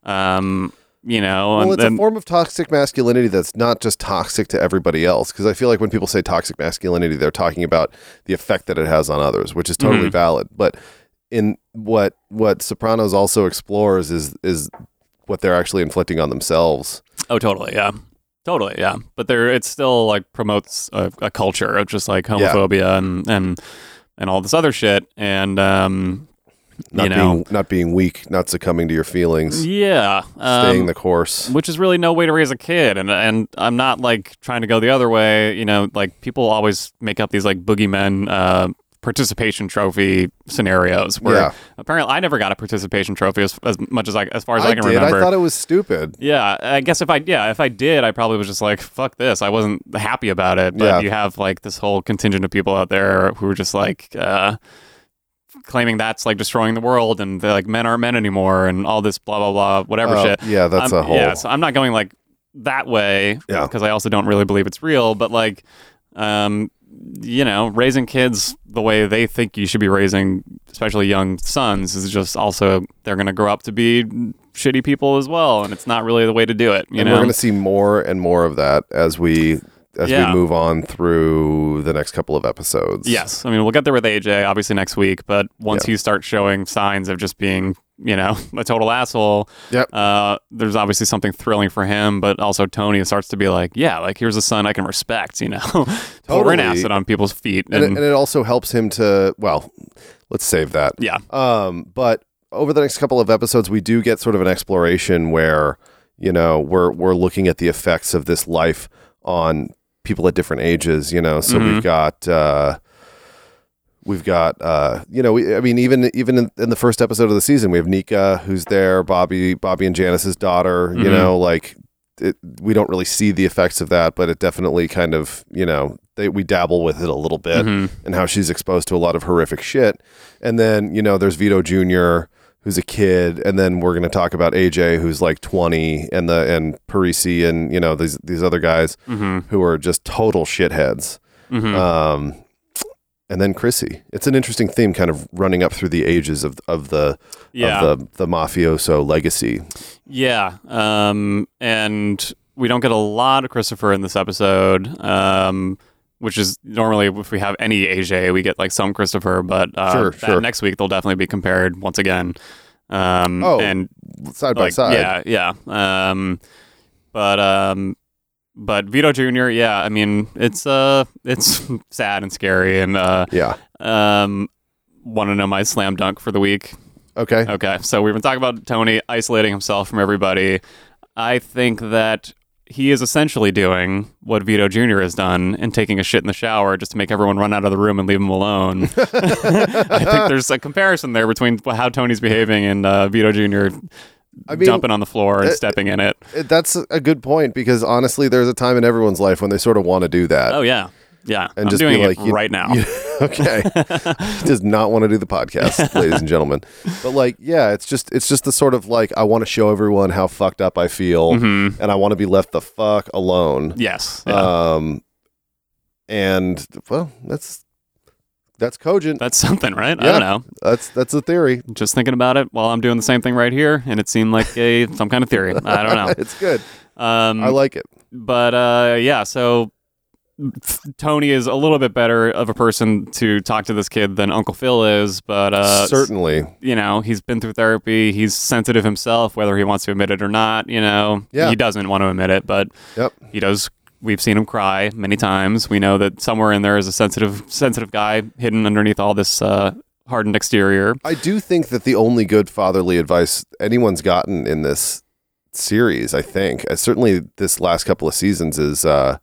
[SPEAKER 4] Um, you know,
[SPEAKER 6] well,
[SPEAKER 4] and,
[SPEAKER 6] it's
[SPEAKER 4] and-
[SPEAKER 6] a form of toxic masculinity that's not just toxic to everybody else. Because I feel like when people say toxic masculinity, they're talking about the effect that it has on others, which is totally
[SPEAKER 4] Mm-hmm.
[SPEAKER 6] valid. But in what what Sopranos also explores is is what they're actually inflicting on themselves.
[SPEAKER 4] oh, totally, yeah, totally, yeah. But there, it still like promotes a, a culture of just like homophobia and and and all this other shit. And um,
[SPEAKER 6] Not
[SPEAKER 4] you know,
[SPEAKER 6] being not being weak, not succumbing to your feelings,
[SPEAKER 4] yeah,
[SPEAKER 6] staying
[SPEAKER 4] um,
[SPEAKER 6] the course.
[SPEAKER 4] which is really no way to raise a kid and and I'm not like trying to go the other way you know like people always make up these like boogeymen uh participation trophy scenarios where
[SPEAKER 6] Yeah.
[SPEAKER 4] apparently I never got a participation trophy as, as much as I as far as I,
[SPEAKER 6] I
[SPEAKER 4] can
[SPEAKER 6] did.
[SPEAKER 4] remember
[SPEAKER 6] I thought it was stupid.
[SPEAKER 4] yeah, I guess if I yeah, if I did, I probably was just like, fuck this. I wasn't happy about it. But
[SPEAKER 6] Yeah.
[SPEAKER 4] you have like this whole contingent of people out there who are just like uh claiming that's like destroying the world and they're like men aren't men anymore and all this blah blah blah whatever
[SPEAKER 6] Oh,
[SPEAKER 4] shit.
[SPEAKER 6] yeah, that's
[SPEAKER 4] I'm,
[SPEAKER 6] a whole-
[SPEAKER 4] Yeah, so I'm not going like that way
[SPEAKER 6] Yeah.
[SPEAKER 4] because I also don't really believe it's real, but like um you know, raising kids the way they think you should be raising, especially young sons, is just also they're going to grow up to be shitty people as well, and it's not really the way to do it. You
[SPEAKER 6] and
[SPEAKER 4] know,
[SPEAKER 6] we're going to see more and more of that as we as
[SPEAKER 4] Yeah.
[SPEAKER 6] we move on through the next couple of episodes.
[SPEAKER 4] yes, I mean we'll get there with AJ obviously next week, but once he starts showing signs of just being, you know, a total asshole,
[SPEAKER 6] Yep.
[SPEAKER 4] uh, there's obviously something thrilling for him, but also Tony starts to be like, yeah, like here's a son I can respect, you know, pour an
[SPEAKER 6] Totally.
[SPEAKER 4] acid on people's feet, and,
[SPEAKER 6] and it, and it also helps him to well let's save that
[SPEAKER 4] yeah,
[SPEAKER 6] um but over the next couple of episodes we do get sort of an exploration where you know we're we're looking at the effects of this life on people at different ages you know so we've got uh We've got, uh, you know, we, I mean, even even in, in the first episode of the season, we have Nika, who's there, Bobby, Bobby and Janice's daughter. You
[SPEAKER 4] Mhm.
[SPEAKER 6] know, like it, we don't really see the effects of that, but it definitely kind of, you know, they, we dabble with it a little bit
[SPEAKER 4] Mhm.
[SPEAKER 6] and how she's exposed to a lot of horrific shit. And then, you know, there's Vito Jr., who's a kid. And then we're going to talk about AJ, who's like 20, and the, and Parisi, and, you know, these, these other guys
[SPEAKER 4] Mhm.
[SPEAKER 6] who are just total shitheads.
[SPEAKER 4] Mhm.
[SPEAKER 6] Um, and then Chrissy. It's an interesting theme kind of running up through the ages of, of the,
[SPEAKER 4] yeah.
[SPEAKER 6] of the, the mafioso legacy.
[SPEAKER 4] Yeah. Um, and we don't get a lot of Christopher in this episode, um, which is normally if we have any AJ, we get like some Christopher, but uh,
[SPEAKER 6] Sure,
[SPEAKER 4] that
[SPEAKER 6] sure.
[SPEAKER 4] next week they'll definitely be compared once again. Um,
[SPEAKER 6] Oh,
[SPEAKER 4] and
[SPEAKER 6] Side by
[SPEAKER 4] like,
[SPEAKER 6] side.
[SPEAKER 4] yeah, yeah. Um, but um, but Vito Jr. Yeah, I mean it's uh it's sad and scary, and uh,
[SPEAKER 6] Yeah.
[SPEAKER 4] um, want to know my slam dunk for the week.
[SPEAKER 6] Okay.
[SPEAKER 4] Okay, so we've been talking about Tony isolating himself from everybody. I think that he is essentially doing what Vito Jr. has done and taking a shit in the shower just to make everyone run out of the room and leave him alone. I think there's a comparison there between how Tony's behaving and uh, Vito Jr.
[SPEAKER 6] I mean,
[SPEAKER 4] dumping on the floor and
[SPEAKER 6] uh,
[SPEAKER 4] stepping in it.
[SPEAKER 6] It- That's a good point because honestly, there's a time in everyone's life when they sort of want to do that.
[SPEAKER 4] Oh yeah, yeah.
[SPEAKER 6] and
[SPEAKER 4] I'm
[SPEAKER 6] just
[SPEAKER 4] doing
[SPEAKER 6] be like
[SPEAKER 4] it
[SPEAKER 6] you-
[SPEAKER 4] right now.
[SPEAKER 6] you- okay, does not want to do the podcast, ladies and gentlemen. But like, yeah, it's just it's just the sort of like I want to show everyone how fucked up I feel, and I want to be left the fuck alone.
[SPEAKER 4] yes. Mm-hmm. yeah.
[SPEAKER 6] Um, and well, that's that's cogent.
[SPEAKER 4] that's something, right? I
[SPEAKER 6] yeah.
[SPEAKER 4] don't know.
[SPEAKER 6] That's that's a theory.
[SPEAKER 4] Just thinking about it while I'm doing the same thing right here, and it seemed like a some kind of theory. I don't know.
[SPEAKER 6] It's good.
[SPEAKER 4] Um,
[SPEAKER 6] I like it.
[SPEAKER 4] but uh, yeah, so Tony is a little bit better of a person to talk to this kid than Uncle Phil is, but uh,
[SPEAKER 6] Certainly.
[SPEAKER 4] you know, he's been through therapy. He's sensitive himself, whether he wants to admit it or not. You know,
[SPEAKER 6] Yeah.
[SPEAKER 4] he doesn't want to admit it, but
[SPEAKER 6] Yep.
[SPEAKER 4] he does. We've seen him cry many times. We know that somewhere in there is a sensitive, sensitive guy hidden underneath all this uh, hardened exterior.
[SPEAKER 6] I do think that the only good fatherly advice anyone's gotten in this series, I think, uh, certainly this last couple of seasons, is uh,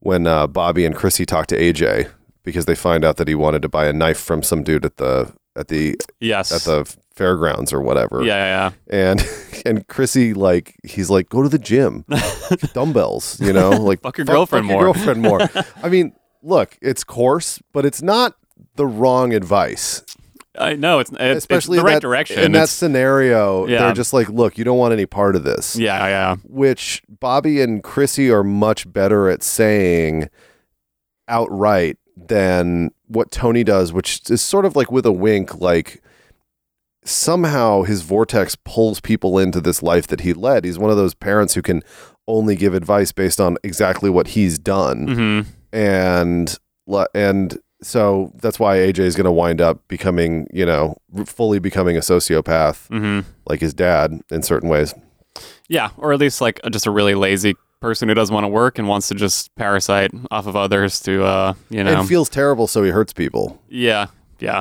[SPEAKER 6] when uh, Bobby and Chrissy talk to AJ because they find out that he wanted to buy a knife from some dude at the at the
[SPEAKER 4] Yes,
[SPEAKER 6] at the fairgrounds or whatever.
[SPEAKER 4] Yeah, yeah, yeah.
[SPEAKER 6] And and Chrissy like he's like go to the gym, dumbbells. You know, like
[SPEAKER 4] Fuck your girlfriend
[SPEAKER 6] your
[SPEAKER 4] more.
[SPEAKER 6] girlfriend more. I mean, look, it's coarse, but it's not the wrong advice
[SPEAKER 4] I know it's, it's
[SPEAKER 6] especially
[SPEAKER 4] especially the right
[SPEAKER 6] that-
[SPEAKER 4] direction.
[SPEAKER 6] in that
[SPEAKER 4] It's-
[SPEAKER 6] scenario
[SPEAKER 4] Yeah.
[SPEAKER 6] they're just like look you don't want any part of this
[SPEAKER 4] yeah, yeah.
[SPEAKER 6] which Bobby and Chrissy are much better at saying outright than what Tony does, which is sort of like with a wink, like somehow his vortex pulls people into this life that he led. He's one of those parents who can only give advice based on exactly what he's done
[SPEAKER 4] Mm-hmm.
[SPEAKER 6] and le- and so that's why AJ is going to wind up becoming, you know, fully becoming a sociopath
[SPEAKER 4] Mm-hmm.
[SPEAKER 6] like his dad in certain ways.
[SPEAKER 4] Yeah, or at least like just a really lazy person who doesn't want to work and wants to just parasite off of others to, uh, you know.
[SPEAKER 6] And feels terrible so he hurts people.
[SPEAKER 4] yeah, yeah.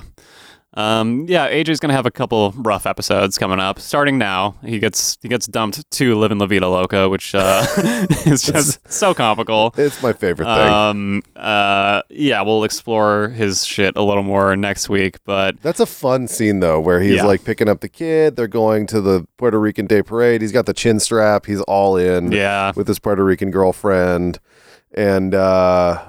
[SPEAKER 4] Um, yeah, AJ's gonna have a couple rough episodes coming up. Starting now, he gets he gets dumped to live in La Vida Loca, which uh, is just so comical.
[SPEAKER 6] It's my favorite thing.
[SPEAKER 4] Um, uh, yeah, we'll explore his shit a little more next week, but
[SPEAKER 6] That's a fun scene though, where he's
[SPEAKER 4] Yeah.
[SPEAKER 6] like picking up the kid. They're going to the Puerto Rican Day Parade. He's got the chin strap. He's all in
[SPEAKER 4] yeah,
[SPEAKER 6] with his Puerto Rican girlfriend, and uh,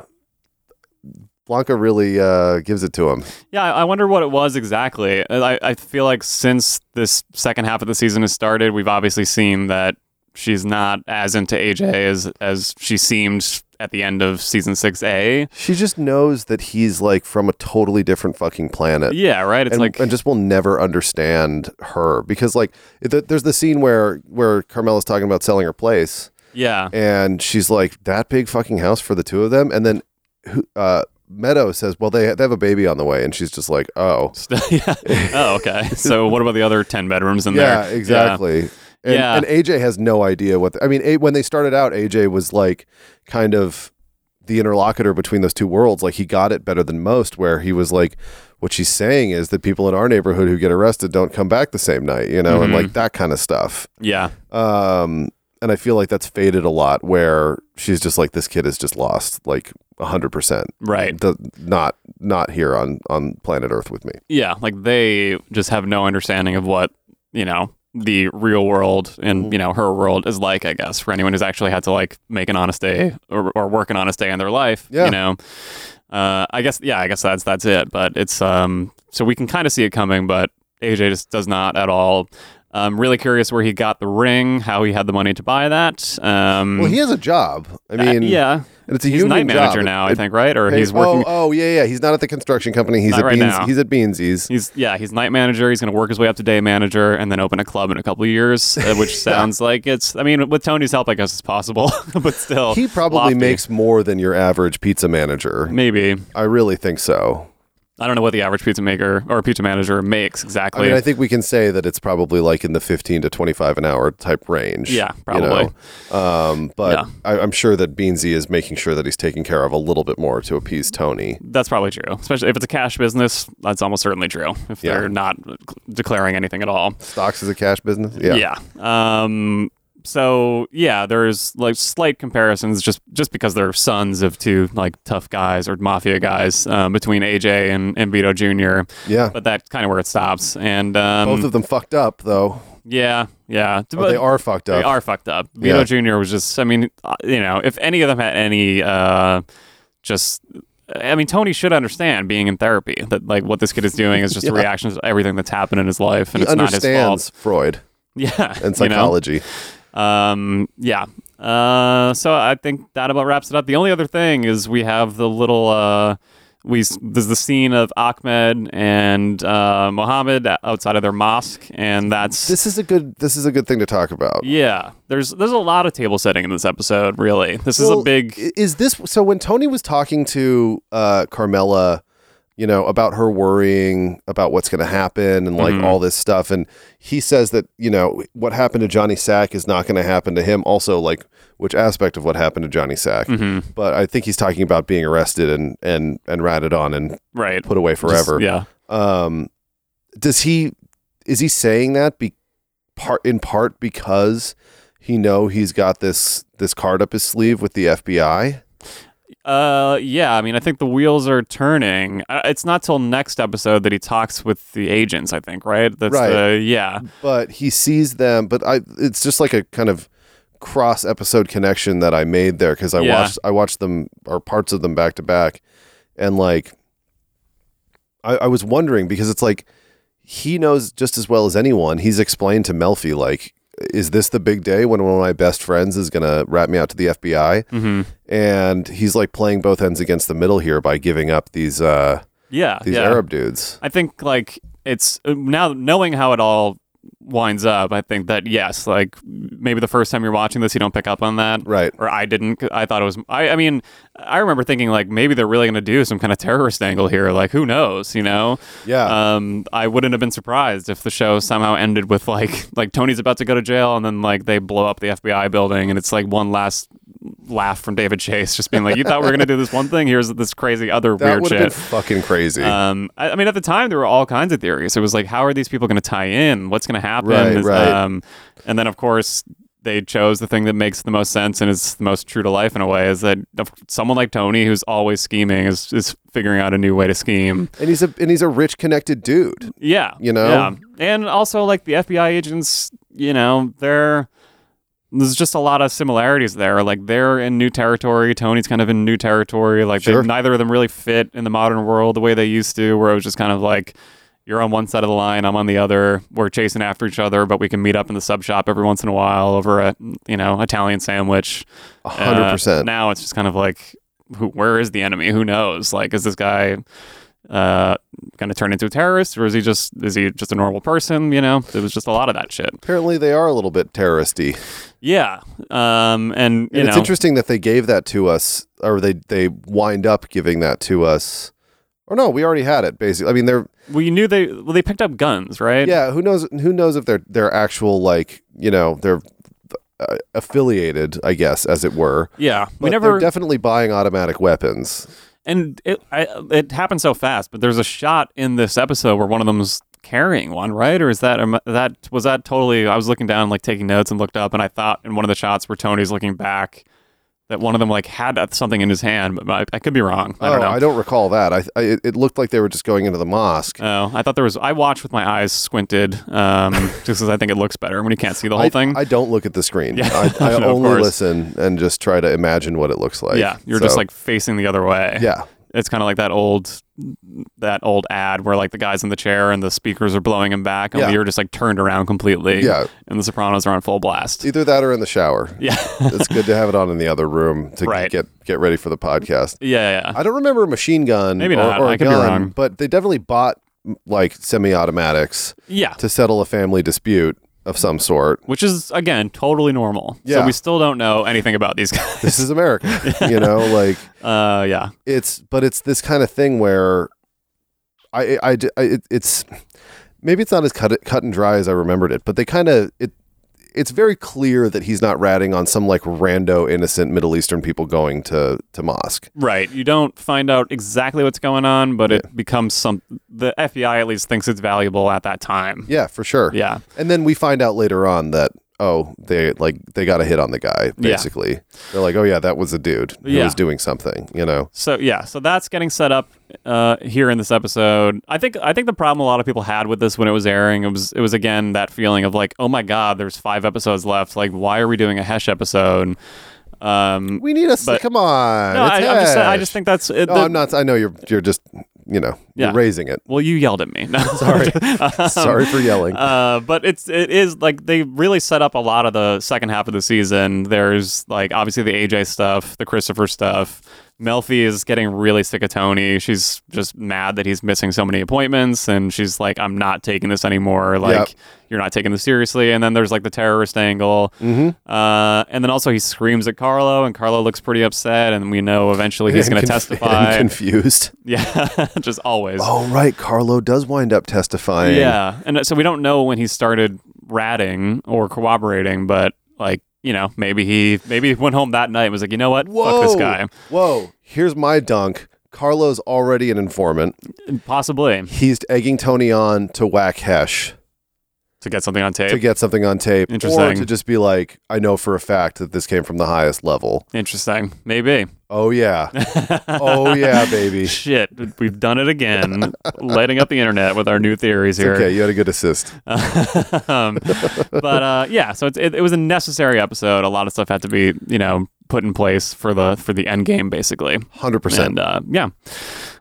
[SPEAKER 6] Blanca really uh, gives it to him.
[SPEAKER 4] Yeah, I I wonder what it was exactly. I, I feel like since this second half of the season has started, we've obviously seen that she's not as into AJ as as she seemed at the end of season six A.
[SPEAKER 6] She just knows that he's like from a totally different fucking planet.
[SPEAKER 4] Yeah, right. It's
[SPEAKER 6] and,
[SPEAKER 4] like
[SPEAKER 6] and just will never understand her because like th- there's the scene where where Carmela's talking about selling her place
[SPEAKER 4] yeah,
[SPEAKER 6] and she's like that big fucking house for the two of them and then who- uh meadow says well they, they have a baby on the way and she's just like oh
[SPEAKER 4] yeah. Oh, okay. So what about the other ten bedrooms in
[SPEAKER 6] yeah
[SPEAKER 4] there?
[SPEAKER 6] exactly And,
[SPEAKER 4] Yeah.
[SPEAKER 6] and aj has no idea what the, i mean a, when they started out aj was like kind of the interlocutor between those two worlds like he got it better than most where he was like what she's saying is that people in our neighborhood who get arrested don't come back the same night you know and
[SPEAKER 4] Mm-hmm.
[SPEAKER 6] like that kind of stuff
[SPEAKER 4] Yeah.
[SPEAKER 6] um and i feel like that's faded a lot where she's just like this kid is just lost like 100%
[SPEAKER 4] Right.
[SPEAKER 6] the, not not here on on planet earth with me
[SPEAKER 4] Yeah. Like they just have no understanding of what you know the real world
[SPEAKER 6] Mm.
[SPEAKER 4] and you know her world is like. I guess for anyone who's actually had to like make an honest day or, or work an honest day in their life.
[SPEAKER 6] Yeah.
[SPEAKER 4] You know. Uh, I guess yeah. I guess that's that's it. But it's um. So we can kind of see it coming, but AJ just does not at all. I'm really curious where he got the ring, how he had the money to buy that. Um,
[SPEAKER 6] well he has a job i
[SPEAKER 4] uh,
[SPEAKER 6] mean
[SPEAKER 4] yeah,
[SPEAKER 6] and it's a
[SPEAKER 4] he's
[SPEAKER 6] union
[SPEAKER 4] night manager
[SPEAKER 6] job.
[SPEAKER 4] now,
[SPEAKER 6] It-
[SPEAKER 4] I think, right? Or
[SPEAKER 6] Hey,
[SPEAKER 4] he's working.
[SPEAKER 6] oh, oh yeah yeah he's not at the construction company he's
[SPEAKER 4] Not
[SPEAKER 6] at
[SPEAKER 4] right
[SPEAKER 6] Beans-
[SPEAKER 4] now.
[SPEAKER 6] he's at beansy's
[SPEAKER 4] He's yeah, he's night manager. He's going to work his way up to day manager, and then open a club in a couple of years, uh, which sounds like it's. I mean, with Tony's help, I guess it's possible, but still,
[SPEAKER 6] he probably
[SPEAKER 4] lofty.
[SPEAKER 6] makes more than your average pizza manager
[SPEAKER 4] maybe.
[SPEAKER 6] i really think so
[SPEAKER 4] I don't know what the average pizza maker or pizza manager makes
[SPEAKER 6] I
[SPEAKER 4] exactly.
[SPEAKER 6] mean, I think we can say that it's probably like in the 15 to 25 an hour type range.
[SPEAKER 4] Yeah,
[SPEAKER 6] you
[SPEAKER 4] probably.
[SPEAKER 6] know? Um, but
[SPEAKER 4] Yeah.
[SPEAKER 6] I, I'm sure that Beansy is making sure that he's taking care of a little bit more to appease Tony.
[SPEAKER 4] that's probably true, especially if it's a cash business. That's almost certainly true if
[SPEAKER 6] Yeah.
[SPEAKER 4] they're not declaring anything at all.
[SPEAKER 6] Stocks is a cash business. Yeah.
[SPEAKER 4] Um. So yeah, there's like slight comparisons just just because they're sons of two like tough guys or mafia guys um, between AJ and, and Vito Jr.
[SPEAKER 6] Yeah.
[SPEAKER 4] But that's kind of where it stops. And um,
[SPEAKER 6] Both of them fucked up, though.
[SPEAKER 4] yeah, yeah,
[SPEAKER 6] Or they are fucked
[SPEAKER 4] They
[SPEAKER 6] up.
[SPEAKER 4] are fucked up. Vito Jr. was just. I mean, uh, you know, if any of them had any, uh, just. I mean, Tony should understand being in therapy that like what this kid is doing is just a
[SPEAKER 6] Yeah.
[SPEAKER 4] reaction to everything that's happened in his life, and
[SPEAKER 6] He
[SPEAKER 4] it's not his
[SPEAKER 6] understands
[SPEAKER 4] fault.
[SPEAKER 6] Freud
[SPEAKER 4] Yeah,
[SPEAKER 6] and
[SPEAKER 4] you know?
[SPEAKER 6] psychology.
[SPEAKER 4] Um, yeah. Uh, so I think that about wraps it up. The only other thing is we have the little uh, we s- there's the scene of Ahmed and uh, Mohammed outside of their mosque, and that's
[SPEAKER 6] This is a good. This is a good thing to talk about.
[SPEAKER 4] yeah. There's there's a lot of table setting in this episode. Really, this is a
[SPEAKER 6] Well,
[SPEAKER 4] big
[SPEAKER 6] i- Is this so? When Tony was talking to uh, Carmela, you know, about her worrying about what's going to happen and
[SPEAKER 4] Mm-hmm.
[SPEAKER 6] like all this stuff, and he says that you know what happened to Johnny Sack is not going to happen to him. Also, like which aspect of what happened to Johnny Sack?
[SPEAKER 4] Mm-hmm.
[SPEAKER 6] But I think he's talking about being arrested and and and ratted on and
[SPEAKER 4] right
[SPEAKER 6] put away
[SPEAKER 4] Just-
[SPEAKER 6] forever.
[SPEAKER 4] yeah.
[SPEAKER 6] Um, does he? Is he saying that be part in part because he know he's got this this card up his sleeve with the FBI?
[SPEAKER 4] Uh, yeah. I mean, I think the wheels are turning. Uh, It's not till next episode that he talks with the agents. I think, right? That's
[SPEAKER 6] Right.
[SPEAKER 4] The, yeah.
[SPEAKER 6] but he sees them but i it's just like a kind of cross episode connection that i made there because i
[SPEAKER 4] Yeah.
[SPEAKER 6] watched i watched them or parts of them back to back and like I, I was wondering because it's like he knows just as well as anyone he's explained to melfi like is this the big day when one of my best friends is going to rat me out to the fbi
[SPEAKER 4] hmm
[SPEAKER 6] and he's like playing both ends against the middle here by giving up these uh
[SPEAKER 4] Yeah.
[SPEAKER 6] these
[SPEAKER 4] yeah.
[SPEAKER 6] arab dudes
[SPEAKER 4] I think like it's uh, now knowing how it all winds up. I think that yes, like maybe the first time you're watching this, you don't pick up on that,
[SPEAKER 6] Right.
[SPEAKER 4] Or I didn't. 'cause I thought it was. I, I mean, I remember thinking like maybe they're really going to do some kind of terrorist angle here. Like who knows? You know?
[SPEAKER 6] Yeah.
[SPEAKER 4] Um, I wouldn't have been surprised if the show somehow ended with like like Tony's about to go to jail, and then like they blow up the FBI building, and it's like one last laugh from David Chase, just being like, "You thought we were going to do this one thing? Here's this crazy other
[SPEAKER 6] that
[SPEAKER 4] weird
[SPEAKER 6] would
[SPEAKER 4] shit."
[SPEAKER 6] have been fucking crazy
[SPEAKER 4] Um, I, I mean, at the time, there were all kinds of theories. It was like, how are these people going to tie in? What's going to happen?
[SPEAKER 6] Right,
[SPEAKER 4] Is-
[SPEAKER 6] right.
[SPEAKER 4] Um, and then, of course, they chose the thing that makes the most sense and is the most true to life in a way is that if someone like Tony, who's always scheming, is, is figuring out a new way to scheme.
[SPEAKER 6] and he's a and he's a rich connected dude
[SPEAKER 4] Yeah.
[SPEAKER 6] You know?
[SPEAKER 4] Yeah. And also, like, the FBI agents, you know, they're. There's just a lot of similarities there. Like they're in new territory. Tony's kind of in new territory. Like
[SPEAKER 6] Sure.
[SPEAKER 4] they, neither of them really fit in the modern world the way they used to, where it was just kind of like you're on one side of the line, I'm on the other. We're chasing after each other, but we can meet up in the sub shop every once in a while over a you know Italian sandwich.
[SPEAKER 6] A hundred percent.
[SPEAKER 4] Uh, Now it's just kind of like, who, where is the enemy? Who knows? Like, is this guy? uh going to turn into a terrorist or is he just is he just a normal person you know there was just a lot of that shit
[SPEAKER 6] Apparently, they are a little bit terroristy.
[SPEAKER 4] yeah um and you
[SPEAKER 6] And it's
[SPEAKER 4] know
[SPEAKER 6] interesting that they gave that to us, or they they wind up giving that to us. Or no, we already had it. Basically, I mean, they're
[SPEAKER 4] well you knew they well, they picked up guns right
[SPEAKER 6] yeah. Who knows? Who knows if they're they're actual like you know they're uh, affiliated, I guess, as it were.
[SPEAKER 4] yeah we
[SPEAKER 6] But
[SPEAKER 4] never
[SPEAKER 6] They're definitely buying automatic weapons.
[SPEAKER 4] and it I, it happened so fast. But there's a shot in this episode where one of them's carrying one, right? Or is that am- that was that totally? I was looking down, like taking notes, and looked up, and I thought in one of the shots where Tony's looking back that one of them like had something in his hand, but I, I could be wrong. I
[SPEAKER 6] oh,
[SPEAKER 4] don't know.
[SPEAKER 6] I don't recall that. I, I it looked like they were just going into the mosque.
[SPEAKER 4] Oh, I thought there was. I watched with my eyes squinted, um, just because I think it looks better when you can't see the whole
[SPEAKER 6] I,
[SPEAKER 4] thing.
[SPEAKER 6] I don't look at the screen.
[SPEAKER 4] Yeah.
[SPEAKER 6] I, I
[SPEAKER 4] Of
[SPEAKER 6] only
[SPEAKER 4] course.
[SPEAKER 6] listen and just try to imagine what it looks like.
[SPEAKER 4] yeah, you're just
[SPEAKER 6] So,
[SPEAKER 4] like facing the other way.
[SPEAKER 6] yeah.
[SPEAKER 4] it's kind of like that old that old ad where like the guy's in the chair and the speakers are blowing him back and
[SPEAKER 6] Yeah.
[SPEAKER 4] you're just like turned around completely
[SPEAKER 6] Yeah.
[SPEAKER 4] and the sopranos are on full blast
[SPEAKER 6] Either that or in the shower.
[SPEAKER 4] yeah
[SPEAKER 6] it's good to have it on in the other room to
[SPEAKER 4] Right.
[SPEAKER 6] get get ready for the podcast.
[SPEAKER 4] yeah yeah
[SPEAKER 6] I don't remember a machine gun,
[SPEAKER 4] Maybe
[SPEAKER 6] or,
[SPEAKER 4] not.
[SPEAKER 6] or a
[SPEAKER 4] I could be
[SPEAKER 6] gun,
[SPEAKER 4] wrong.
[SPEAKER 6] but they definitely bought m- like semi-automatics
[SPEAKER 4] yeah
[SPEAKER 6] to settle a family dispute of some sort.
[SPEAKER 4] which is again totally normal so
[SPEAKER 6] Yeah.
[SPEAKER 4] we still don't know anything about these guys
[SPEAKER 6] This is America, you know. Like
[SPEAKER 4] uh yeah
[SPEAKER 6] it's, but it's this kind of thing where I, I, I d- I- it, it's maybe it's not as cut cut and dry as I remembered it, but they kind of it. It's very clear that he's not ratting on some like rando innocent Middle Eastern people going to to mosque.
[SPEAKER 4] right you don't find out exactly what's going on but it becomes some the fbi at least thinks it's valuable at that time
[SPEAKER 6] Yeah, for sure.
[SPEAKER 4] Yeah.
[SPEAKER 6] And then we find out later on that oh, they like they got a hit on the guy basically. They're like, "Oh yeah, that was a dude who
[SPEAKER 4] Yeah.
[SPEAKER 6] was doing something," you know.
[SPEAKER 4] So yeah, so that's getting set up uh, here in this episode. I think I think the problem a lot of people had with this when it was airing it was it was again that feeling of like, oh my god, there's five episodes left. Like, why are we doing a Hesh episode? Um,
[SPEAKER 6] We need us
[SPEAKER 4] But-
[SPEAKER 6] come on.
[SPEAKER 4] no, I,
[SPEAKER 6] it's
[SPEAKER 4] I'm just, I
[SPEAKER 6] Ash.
[SPEAKER 4] just think that's it,
[SPEAKER 6] No,
[SPEAKER 4] the-
[SPEAKER 6] I'm not I know you're you're just, you know,
[SPEAKER 4] Yeah.
[SPEAKER 6] you're raising it.
[SPEAKER 4] Well, you yelled at me. No, Um, sorry,
[SPEAKER 6] Sorry for yelling.
[SPEAKER 4] Uh, but it's it is like they really set up a lot of the second half of the season. There's like obviously the AJ stuff, the Christopher stuff. Melfi is getting really sick of Tony. She's just mad that he's missing so many appointments, and she's like, "I'm not taking this anymore. Like,
[SPEAKER 6] Yep.
[SPEAKER 4] you're not taking this seriously." And then there's like the terrorist angle, mm-hmm. uh, and then also he screams at Carlo, and Carlo looks pretty upset, and we know eventually he's
[SPEAKER 6] And
[SPEAKER 4] going to
[SPEAKER 6] conf- and
[SPEAKER 4] testify.
[SPEAKER 6] confused.
[SPEAKER 4] yeah, just always.
[SPEAKER 6] Oh right, Carlo does wind up testifying.
[SPEAKER 4] Yeah, and uh, so we don't know when he started ratting or corroborating, but like you know, maybe he maybe he went home that night and was like, you know what,
[SPEAKER 6] Whoa.
[SPEAKER 4] fuck this guy,
[SPEAKER 6] Whoa. Here's my dunk. Carlo's already an informant.
[SPEAKER 4] possibly
[SPEAKER 6] He's egging Tony on to whack Hesh.
[SPEAKER 4] to get something on tape.
[SPEAKER 6] to get something on tape or
[SPEAKER 4] Interesting.
[SPEAKER 6] to just be like i know for a fact that this came from the highest level
[SPEAKER 4] Interesting, maybe.
[SPEAKER 6] Oh yeah. oh yeah, baby.
[SPEAKER 4] Shit, we've done it again, lighting up the internet with our new theories here.
[SPEAKER 6] Okay, you had a good assist.
[SPEAKER 4] um, but uh, yeah, so it's, it, it was a necessary episode. A lot of stuff had to be, you know, put in place for the for the end game, basically.
[SPEAKER 6] 100%.
[SPEAKER 4] And uh, yeah,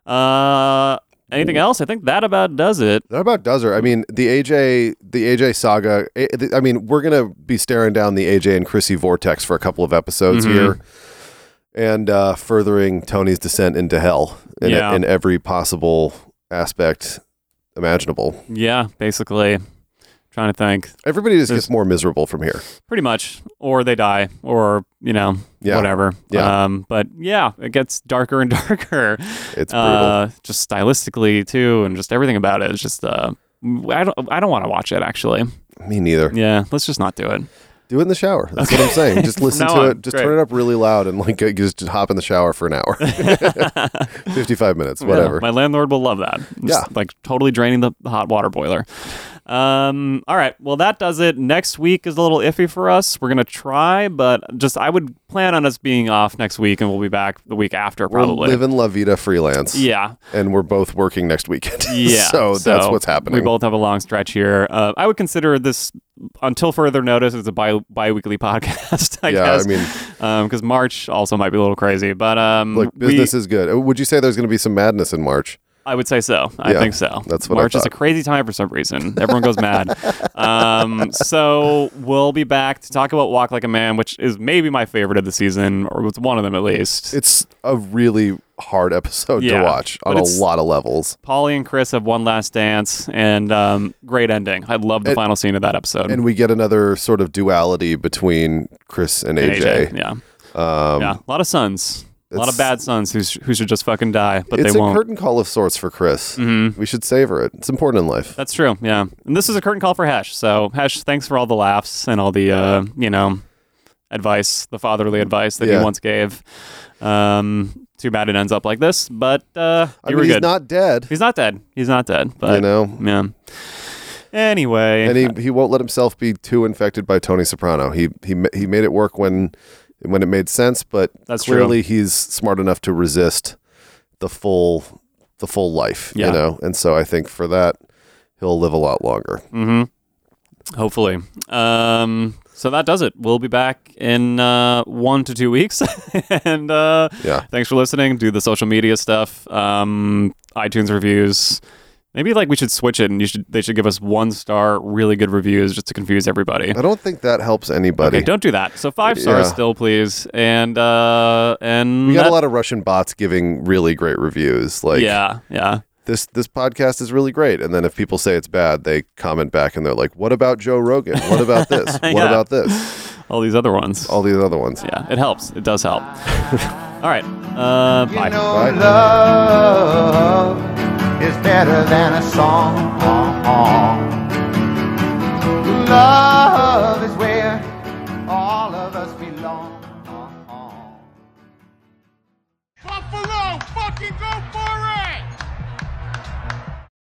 [SPEAKER 4] uh, anything else? I think that about does it.
[SPEAKER 6] That about does her. I mean, the AJ, the AJ saga. eh, the- I mean, we're gonna be staring down the AJ and Chrissy vortex for a couple of episodes
[SPEAKER 4] Mm-hmm.
[SPEAKER 6] here, and uh, furthering Tony's descent into hell in,
[SPEAKER 4] Yeah.
[SPEAKER 6] in every possible aspect imaginable.
[SPEAKER 4] Yeah, basically, trying to think.
[SPEAKER 6] Everybody just gets more miserable from here.
[SPEAKER 4] pretty much or they die or you know
[SPEAKER 6] Yeah.
[SPEAKER 4] whatever
[SPEAKER 6] Yeah.
[SPEAKER 4] um but yeah it gets darker and darker
[SPEAKER 6] It's brutal.
[SPEAKER 4] uh just stylistically too and just everything about it it's just uh I don't. I don't want to watch it. Actually,
[SPEAKER 6] Me neither.
[SPEAKER 4] yeah. Let's just not do it.
[SPEAKER 6] Do it in the shower. That's what I'm saying. Just listen
[SPEAKER 4] now
[SPEAKER 6] to
[SPEAKER 4] on,
[SPEAKER 6] it. Just
[SPEAKER 4] great.
[SPEAKER 6] turn it up really loud and like just hop in the shower for an hour. Fifty-five minutes, whatever.
[SPEAKER 4] my landlord will love that. Just,
[SPEAKER 6] Yeah.
[SPEAKER 4] like totally draining the hot water boiler. Um. All right. Well, that does it. Next week is a little iffy for us. We're gonna try, but just I would plan on us being off next week, and we'll be back the week after
[SPEAKER 6] We're
[SPEAKER 4] probably.
[SPEAKER 6] living La Vida freelance.
[SPEAKER 4] yeah.
[SPEAKER 6] and we're both working next weekend.
[SPEAKER 4] Yeah.
[SPEAKER 6] so that's what's happening.
[SPEAKER 4] We both have a long stretch here. Uh, I would consider this, until further notice, it's a bi bi-weekly podcast, I
[SPEAKER 6] Yeah, I
[SPEAKER 4] guess.
[SPEAKER 6] mean-
[SPEAKER 4] because March also might be a little crazy, but um,
[SPEAKER 6] Look,
[SPEAKER 4] we-
[SPEAKER 6] business is good. Uh, Would you say there's going to be some madness in March?
[SPEAKER 4] I would say so. I
[SPEAKER 6] Yeah,
[SPEAKER 4] think so.
[SPEAKER 6] that's what I
[SPEAKER 4] March is a
[SPEAKER 6] thought.
[SPEAKER 4] crazy time for some reason. Everyone goes mad. Um, so we'll be back to talk about Walk Like a Man, which is maybe my favorite of the season, or it's one of them at least.
[SPEAKER 6] It's a really hard episode
[SPEAKER 4] Yeah,
[SPEAKER 6] to watch
[SPEAKER 4] but
[SPEAKER 6] on a
[SPEAKER 4] it's-
[SPEAKER 6] lot of levels.
[SPEAKER 4] Polly and Chris have one last dance, and um, great ending. I love the
[SPEAKER 6] And-
[SPEAKER 4] final scene of that episode.
[SPEAKER 6] And we get another sort of duality between Chris and
[SPEAKER 4] And
[SPEAKER 6] AJ.
[SPEAKER 4] Yeah. yeah. A lot of sons. A lot of
[SPEAKER 6] Um, it's-
[SPEAKER 4] bad sons who, sh- who should just fucking die, but
[SPEAKER 6] It's
[SPEAKER 4] they
[SPEAKER 6] a
[SPEAKER 4] won't. Mm-hmm.
[SPEAKER 6] curtain call of sorts for Chris. We should savor it. It's important in life.
[SPEAKER 4] That's true. Yeah. And this is a curtain call for Hesh. So, Hesh, thanks for all the laughs and all the, uh, you know, advice, the fatherly advice that
[SPEAKER 6] Yeah.
[SPEAKER 4] he once gave. Um, too bad it ends up like this, but uh, you
[SPEAKER 6] I
[SPEAKER 4] were
[SPEAKER 6] mean, he's
[SPEAKER 4] good.
[SPEAKER 6] not dead.
[SPEAKER 4] he's not dead. He's not dead. But,
[SPEAKER 6] You know?
[SPEAKER 4] Yeah. Anyway.
[SPEAKER 6] and he, he won't let himself be too infected by Tony Soprano. He he ma- he made it work when when it made sense, but
[SPEAKER 4] That's true.
[SPEAKER 6] clearly he's smart enough to resist the full the full life,
[SPEAKER 4] Yeah.
[SPEAKER 6] you know. And so I think for that he'll live a lot longer.
[SPEAKER 4] Mm. Hopefully. Um, so that does it. We'll be back in uh, one to two weeks. and uh,
[SPEAKER 6] Yeah.
[SPEAKER 4] thanks for listening. Do the social media stuff, um, iTunes reviews. Maybe like we should switch it, and you should they should give us one star really good reviews just to confuse everybody.
[SPEAKER 6] I don't think that helps anybody.
[SPEAKER 4] Okay, don't do that. So five stars
[SPEAKER 6] Yeah.
[SPEAKER 4] still, please. And uh, and
[SPEAKER 6] we got
[SPEAKER 4] that-
[SPEAKER 6] a lot of Russian bots giving really great reviews. Like
[SPEAKER 4] yeah, yeah.
[SPEAKER 6] this this podcast is really great. And then if people say it's bad, they comment back and they're like, "What about Joe Rogan? What about this? What
[SPEAKER 4] Yeah.
[SPEAKER 6] about this?
[SPEAKER 4] All these other ones.
[SPEAKER 6] All these other ones."
[SPEAKER 4] yeah, it helps. It does help. All right. Uh, bye.
[SPEAKER 7] know
[SPEAKER 6] Bye.
[SPEAKER 7] Oh, love is better than a song. Love is where all of us belong.